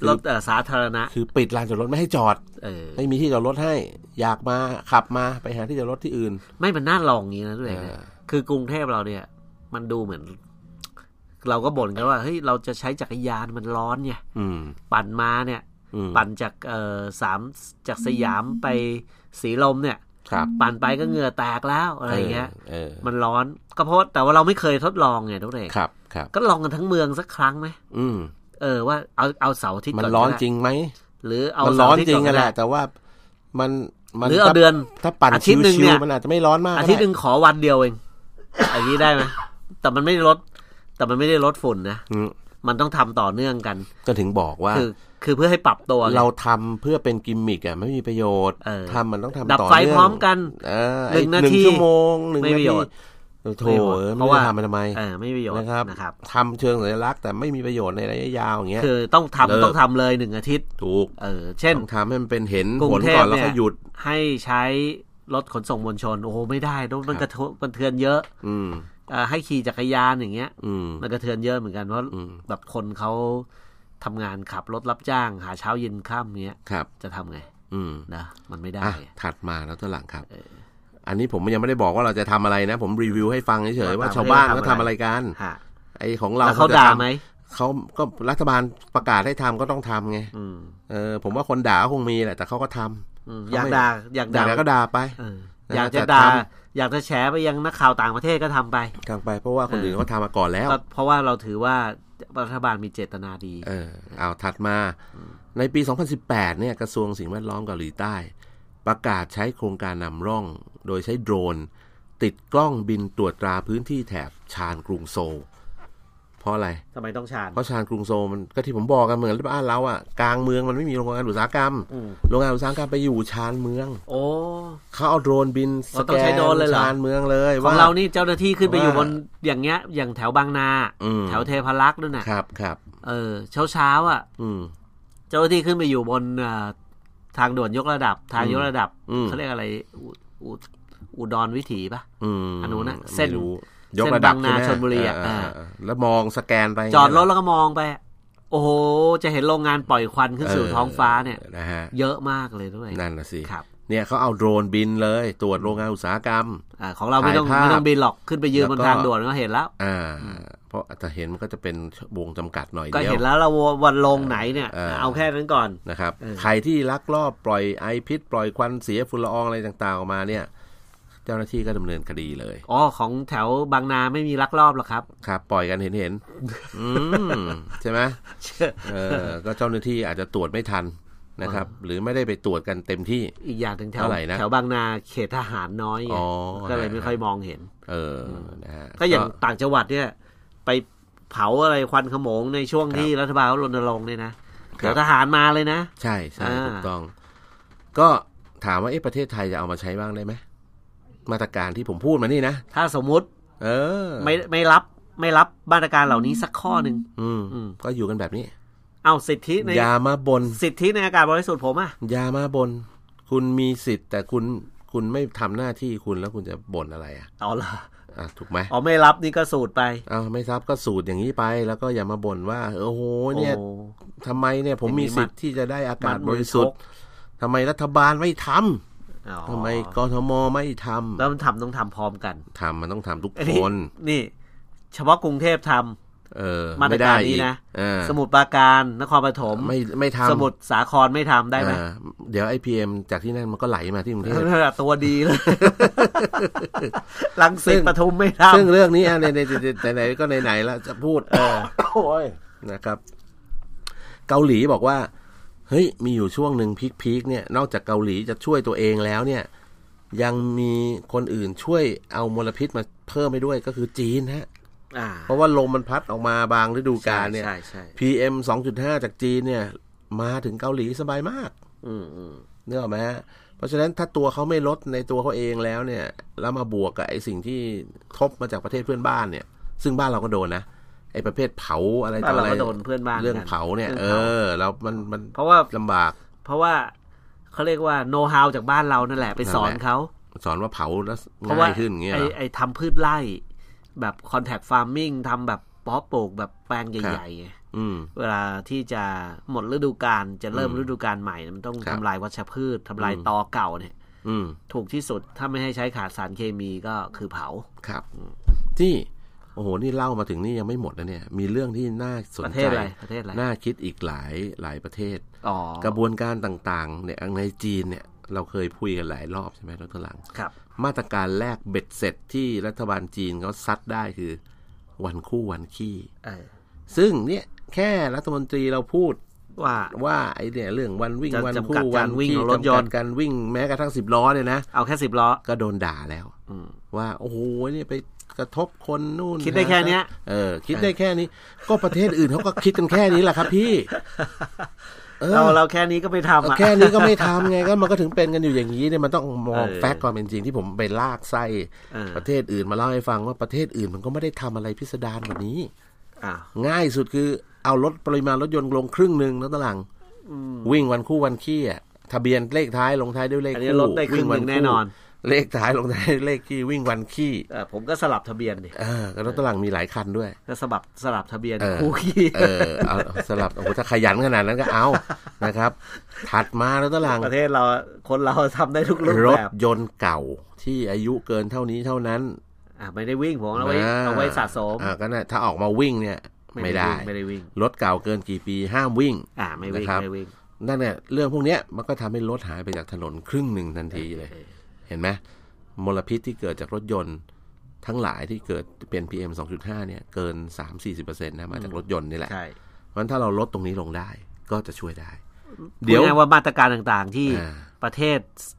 รคือ ถเอ่อสาธารณะ คือปิดลานจอดรถไม่ให้จอด เออ ไม่มีที่จอดรถให้ อยากมาขับมาไปหาที่จอดรถที่อื่น ไม่มันน่าลองอย่างนี้นะด้วยนะ เออ คือกรุงเทพเราเนี่ย มันดูเหมือน เราก็บ่นกันว่าเฮ้ยเราจะใช้จักรยานมันร้อนไง อืม ปั่นมาเนี่ย อืม ปั่นจากเอ่อสามจากสยามไปสีลมเนี่ย ครับ ปั่นไปก็เหงื่อแตกแล้วอะไรอย่างเงี้ย เออเออ มันร้อนก็เพราะแต่ว่าเราไม่เคยทดลองไงทุกเด็ก ครับครับ ก็ลองกันทั้งเมืองสักครั้งไหม อืม เออว่าเอาเอาเสาร์อาที่ มันร้อนจริงไหม หรือเอา มันร้เสาอ ร์ น อาที่ จริงนั่ก่อนก็ นแห ได้ ละแต่ว่ามันมัน หรือเอาเดือน ถ้าปั่น อาชิทิตย์หนึ่งเนี่ วย ๆมันอาจจะไม่ร้อนมาก อาทิตย์ห ก็ได้ นึ่งขอวันเดียวเองอย่างนี้ได้ไหมแต่มันไม่ได้ลด แต่มันไม่ได้ลดฝุ่นนะ อืม มันต้องทำต่อเนื่องกัน ก็ถึงบอกว่า คือคือเพื่อให้ปรับตัวไง เราทำเพื่อเป็นกิมมิกอะไม่มีประโยชน์ เออ ทำมันต้องทำ ดับ ต่อ ไฟ เนื่อง พร้อมกัน เออ หนึ่ง ไอ้ นาที ชั่วโมงหนึ่ง ไม่ นาทีมีประโยชน์ โอ้โถเออไม่มีประโยชน์เพ ไม่ ราะ ได้ ว่า ทำมันทำไม เออไม่มีประโยชน์ นะครับ นะครับ ทำเชิงสัญลักษณ์แต่ไม่มีประโยชน์ในระยะยาวอย่างเงี้ย คือต้องทำ เลิก ต้องทำเลยหนึ่งอาทิตย์ ถูก เออ เช่น ต้องทำให้มันเป็นเห็น กรุ ผล งเทพ ก่อนแล้ว เนี่ ก็ ย หยุด ให้ใช้รถขนส่งมวลชน โอ้โหไม่ได้รถมัน ค ก รับ ระทบมันเทือนเยอะ อืม เอ่อให้ขี่จักรยานอย่างเงี้ย อืม มันกระเทือนเยอะเหมือนกันเพราะ อืม แบบคนเขาทำงานขับรถรับจ้าง หาเช้าเย็นค่ำเงี้ย ครับ จะทำไง อืม นะมันไม่ได้ อ่ะถัดมาแล้วตัวหลังครับ เออ อันนี้ผมยังไม่ได้บอกว่าเราจะทำอะไรนะ ผมรีวิวให้ฟังเฉยๆว่า ว่า ชาวบ้าน ทำอะไร ก็ทำอะไรกัน ฮะ ไอ้ของเรา แล้วเขาด่า จะทำ ไหม เขาก็รัฐบาลประกาศให้ทำก็ต้องทำไง อืม เออผมว่าคนด่าก็คงมีแหละแต่เขาก็ทำ อืม เขา อยาก ไม่ ด่าอยาก ด่า ด่า แล้วก็ด่าไป เออ นะ อยาก แต่ จะด่า ท อยากจะแฉไปยังนักข่าวต่างประเทศก็ทำไป กลางไปเพราะว่าคนอื่นเขาทำมาก่อนแล้ว ก็เพราะว่าเราถือว่ารัฐบาลมีเจตนาดี เออเอาถัดมา ในปี 2018 เนี่ยกระทรวงสิ่งแวดล้อมเกาหลีใต้ ประกาศใช้โครงการนำร่อง โดยใช้โดรน ติดกล้องบินตรวจตราพื้นที่แถบชานกรุงโซลเพราะอะไร ทำไมต้องชาญ เพราะชานกรุงโซลมันก็ที่ผมบอกกันเหมือนบ้านเราอ่ะกลางเมืองมันไม่มีโรงงานอุตสาหกรรม อืม โรงงานอุตสาหกรรมไปอยู่ชานเมือง โอ้ เขาเอาโดรนบินส เราต้ แก องใช้ น โดรนเลยเหรอ ชานเมืองเลย ขอ ว่า งเรานี่เจ้าหน้าที่ขึ้นไป ว่า อยู่บนอย่างเงี้ย อย่างแถวบางนา อืม แถวเทพารักษ์ด้วยนะครับ ครับ เออเช้าเช้าๆอ่ะ อืม เจ้าหน้าที่ขึ้นไปอยู่บนเอ่อทางด่วนยกระดับ ทาง อืม ยกระดับ อืม เขาเรียกอะไรอุอุอุดรวิถีปะ อืม อันนู้นน่ะเส้น ไม่รู้ เส้น ยกระดับบ างนา ใช่ไหม ชลบุรีอ่ะ า อ่า าแล้วมองสแกนไป จอดรถแล้วก็มองไป โอ้โห จะเห็นโรงงานปล่อยควันขึ้นสู่ เ ท้องฟ้าเนี่ย นะฮะ เยอะมากเลยด้วย นั่นน่ะสิ ครับ เนี่ยเขาเอาโดรนบินเลยตรวจโรงงานอุตสาหกรรม อาของเราไม่ต้อง ถ่ายภาพ ไม่ต้องบินหรอกขึ้นไปยืน แล้ว บน ก็ ทางด่วนก็เห็นแล้ว อ่า เพราะอาจจะเห็นมันก็จะเป็นวงจำกัดหน่อย ก็ เดียว เห็นแล้วเราวันลงไหนเนี่ย เออ เอาแค่นั้นก่อน นะครับ เออ ใครที่ลักลอบปล่อยไอพิษปล่อยควันเสียฝุ่นละอองอะไรต่างๆออกมาเนี่ย เจ้าหน้าที่ก็ดำเนินคดีเลย อ๋อของแถวบางนาไม่มีลักลอบห รอกครับ ครับ ปล่อยกันเห็นเห็นๆอืม ใช่ไหมเออ ก็เจ้าหน้าที่อาจจะตรวจไม่ทันนะครับ หรือไม่ได้ไปตรวจกันเต็มที่ อีกอย่างถึงแถว เท่าไหร่นะ แถวบางนาเขตทหารน้อยไง อ๋อ ก็เลยไม่ค่อยมองเห็น เออนะฮะ ก็อย่างต่างจังหวัดเนี่ย ไปเผาอะไรควันขโมงในช่วง ครับ ที่รัฐบาลเขารณรงค์เนี่ยนะครับ เดี๋ยวทหารมาเลยนะ ใช่ใช่ อ่า ถูกต้อง ก็ถามว่าเอ๊ะประเทศไทยจะเอามาใช้บ้างได้ไหมมาตรการที่ผมพูดมานี่นะ ถ้าสมมุติ เออ ไม่ไม่รับไม่รับมาตรการเหล่านี้สักข้อหนึ่ง อืม อืม ก็อยู่กันแบบนี้ เอาสิทธิใน อย่ามาบน สิทธิในอากาศบริสุทธิ์ผมอะ อย่ามาบน คุณมีสิทธิ์ แต่คุณคุณไม่ทำหน้าที่คุณแล้วคุณจะบ่นอะไรอ่ะ เอาละ อ่ะถูกไหม อ๋อไม่รับนี่ก็สูตรไป เอาไม่ทราบก็สูตรอย่างนี้ไป แล้วก็อย่ามาบ่นว่าเออโอ้โหเนี่ย โอ้ ทำไมเนี่ยผมมีสิทธิ์ที่จะได้อา มั กาศ ดมื บ อ ริสุท ชก ธิ์ทำไมรัฐบาลไม่ทำ อ๋อ ทำไมกทมไม่ทำ แล้วมันทำต้องทำพร้อมกัน ทำมันต้องทำทุก อัน ค นี้ น นี่ เฉพาะกรุงเทพทำ เออ มาตร ไม่ กา ได้ ร อี นี้ ก นะ อ่า สมุทรปราการนครปฐม ไม่ไม่ทำ สมุทรสาครไม่ทำได้ไหม อ่าเดี๋ยวไอพีเอ็มจากที่นั่นมันก็ไหลมาที่กรุงเทพ ตัวดีเลย ลังสิ ซึ่ ต ง ปทุมไม่ ซึ่ง ทำ เรื่องนี้อ่ะในในในไหนๆก็ไหนๆแล้วจะพูด โอ้ย นะครับ เกาหลีบอกว่า เฮ้ย มีอยู่ช่วงหนึ่งพีคๆเนี่ย นอกจากเกาหลีจะช่วยตัวเองแล้วเนี่ย ยังมีคนอื่นช่วยเอามลพิษมาเพิ่มไปด้วยก็คือจีนฮะ อ่า เพราะว่าลมมันพัดออกมาบางฤดูกาลเนี่ย ใช่ใช่ PM 2.5 จากจีนเนี่ย มาถึงเกาหลีสบายมาก อืมอืม เนื้ออกไหมฮะ เพราะฉะนั้นถ้าตัวเขาไม่ลดในตัวเขาเองแล้วเนี่ย แล้วมาบวกกับไอ้สิ่งที่ทบมาจากประเทศเพื่อนบ้านเนี่ย ซึ่งบ้านเราก็โดนนะไอ้ประเภทเผาอะไร บ้า ต่อนเรา อะไร ก็โดนเพื่อนบ้าน เรื่อง กัน เผาเนี่ยเอเรื่องเผา อ แล้วมันมัน เพราะว่า ลำบาก เพราะว่าเขาเรียกว่าโน้ตฮาวจากบ้านเรานั่นแหละไปสอนั่นนแหละ เขา สอนว่าเผาแล้ว เพราะว่า ง่ายขึ้นอย่างเงี้ย ไอ เหรอ ไอทำพืชไร่แบบคอนแทคฟาร์มิงทำแบบเพาะปลูกแบบแปลง ครับ ใหญ่ๆไง อืม เวลาที่จะหมดฤดูกาลจะเริ่ม อืม ฤดูกาลใหม่เนี่ยมันต้อง ครับ ทำลายวัชพืชทำลายตอเก่าเนี่ย อืม ถูกที่สุดถ้าไม่ให้ใช้ขาดสารเคมีก็คือเผา ครับ ที่โอ้โหนี่เล่ามาถึงนี่ยังไม่หมดนะเนี่ย มีเรื่องที่น่าสน ประเท ใจ ศอะไรประเทศอะไร น่าคิดอีกหลายหลายประเทศ อ๋อก ระบวนการต่างๆ เนี่ยในจีนเนี่ย เราเคยพูดกันหลายรอบใช่ไหมดรหลัง ครับ มาตรการแรกเบ็ดเสร็จที่รัฐบาลจีนเขาซัดได้คือ วันคู่วันขี้ เออ ซึ่งเนี่ยแค่รัฐมนตรีเราพูด ว่า ว่าไอเนี่ยเรื่องวันวิ่ง จะ วัน จำกัด คู่วั กาน รวิ่ง ที่ ของรถยนต์ จำกัดการวิ่งแม้กระทั่งสิบล้อเนี่ยนะ เอาแค่สิบล้อ ก็โดนด่าแล้ว อืม ว่า โอ้โหเนี่ยไปกระทบคนนู่น คิดได้แค่เนี้ย เออ คิดได้แค่นี้ ก็ประเทศอื่นเขาก็คิดกันแค่นี้แหละครับ พี่ เออ เราเราแค่นี้ก็ไป เอา ทำอ่ะ แค่นี้ก็ไม่ทำไงก็มันก็ถึงเป็นกันอยู่อย่างนี้เนี่ยมันต้องมอง เออ แฟกต์ความเป็นจริงที่ผมไปลากไส้ เออ ประเทศอื่นมาเล่าให้ฟังว่าประเทศอื่นมันก็ไม่ได้ทำอะไรพิสดารแบบนี้ อ่ะ ง่ายสุดคือเอารถปริมาณรถยนต์ลงครึ่งหนึ่งแล้วตะหลัง อืม วิ่งวันคู่วันขี้อะทะเบียนเลขท้ายลงท้ายด้วยเลข อันนี้ คู่ ลดได้ครึ่งหนึ่ง วิ่วัคู่ แน่นอน เลขท้ายลงท้ายด้วยเลขขี้วิ่งวันขี้ เออผมก็สลับทะเบียนดิ เออแล้วตารางมีหลายคันด้วย ก็สลับสลับทะเบียน เออ คู่ขี้ เออเอาสลับโอ้โหถ้าขยันขนาดนั้นก็เอานะครับ ถัดมาแล้วตาราง ประเทศเราคนเราทำได้ทุกรูป ร แบ ถ บ ยนต์เก่าที่อายุเกินเท่านี้เท่านั้น อ่ะไม่ได้วิ่งผมเอาไว้ อ่า เอาไว้สะสม อ่าก็น่ะถ้าออกมาวิ่งเนี่ยไม่ได้ วิ่งไม่ได้วิ่ง รถเก่าเกินกี่ปีห้ามวิ่ง อ่าไม่วิ่ง นะครับ ไม่วิ่ง นั่นเนี่ยเรื่องพวกเนี้ยมันก็ทำให้รถหายไปจากถนนครึ่งหนึ่งทันทีเลย ออ เห็นไหมมลพิษที่เกิดจากรถยนต์ทั้งหลายที่เกิดเป็น PM 2.5 เนี่ย เกิน 3-40%นะมาจากรถยนต์นี่แหละ ใช่ เพราะฉะนั้นถ้าเราลดตรงนี้ลงได้ก็จะช่วยได้ เดี๋ เดี๋ ย ยว ว ว่ามาตรการต่างๆที่ อ่า ประเทศ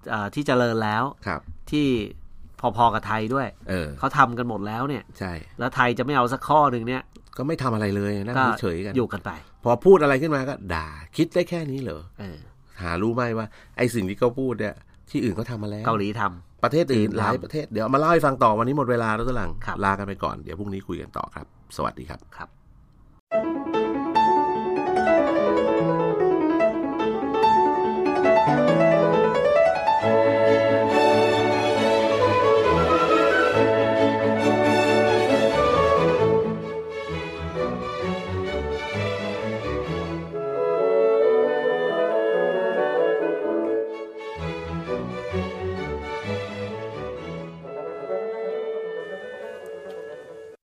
เอ่อที่เจริญแล้ว ครับ ที่พอๆกับไทยด้วย เออ เขาทำกันหมดแล้วเนี่ย ใช่ แล้วไทยจะไม่เอาสักข้อหนึ่งเนี่ย ก็ไม่ทำอะไรเลยนั่ง ก็ เฉยๆกัน อยู่กันไป พอพูดอะไรขึ้นมาก็ด่า คิดได้แค่นี้เหรอ เออ หารู้ไหมว่าไอ้สิ่งที่เขาพูดเนี่ย ที่อื่นเขาทำมาแล้ว เกาหลีทำ ประเทศอื่น จีนทำ หลายประเทศ เดี๋ยวเอามาเล่าให้ฟังต่อวันนี้หมดเวลาแล้วตัวหลัง ครับ ลากันไปก่อน เดี๋ยวพรุ่งนี้คุยกันต่อครับ สวัสดีครับ ครับ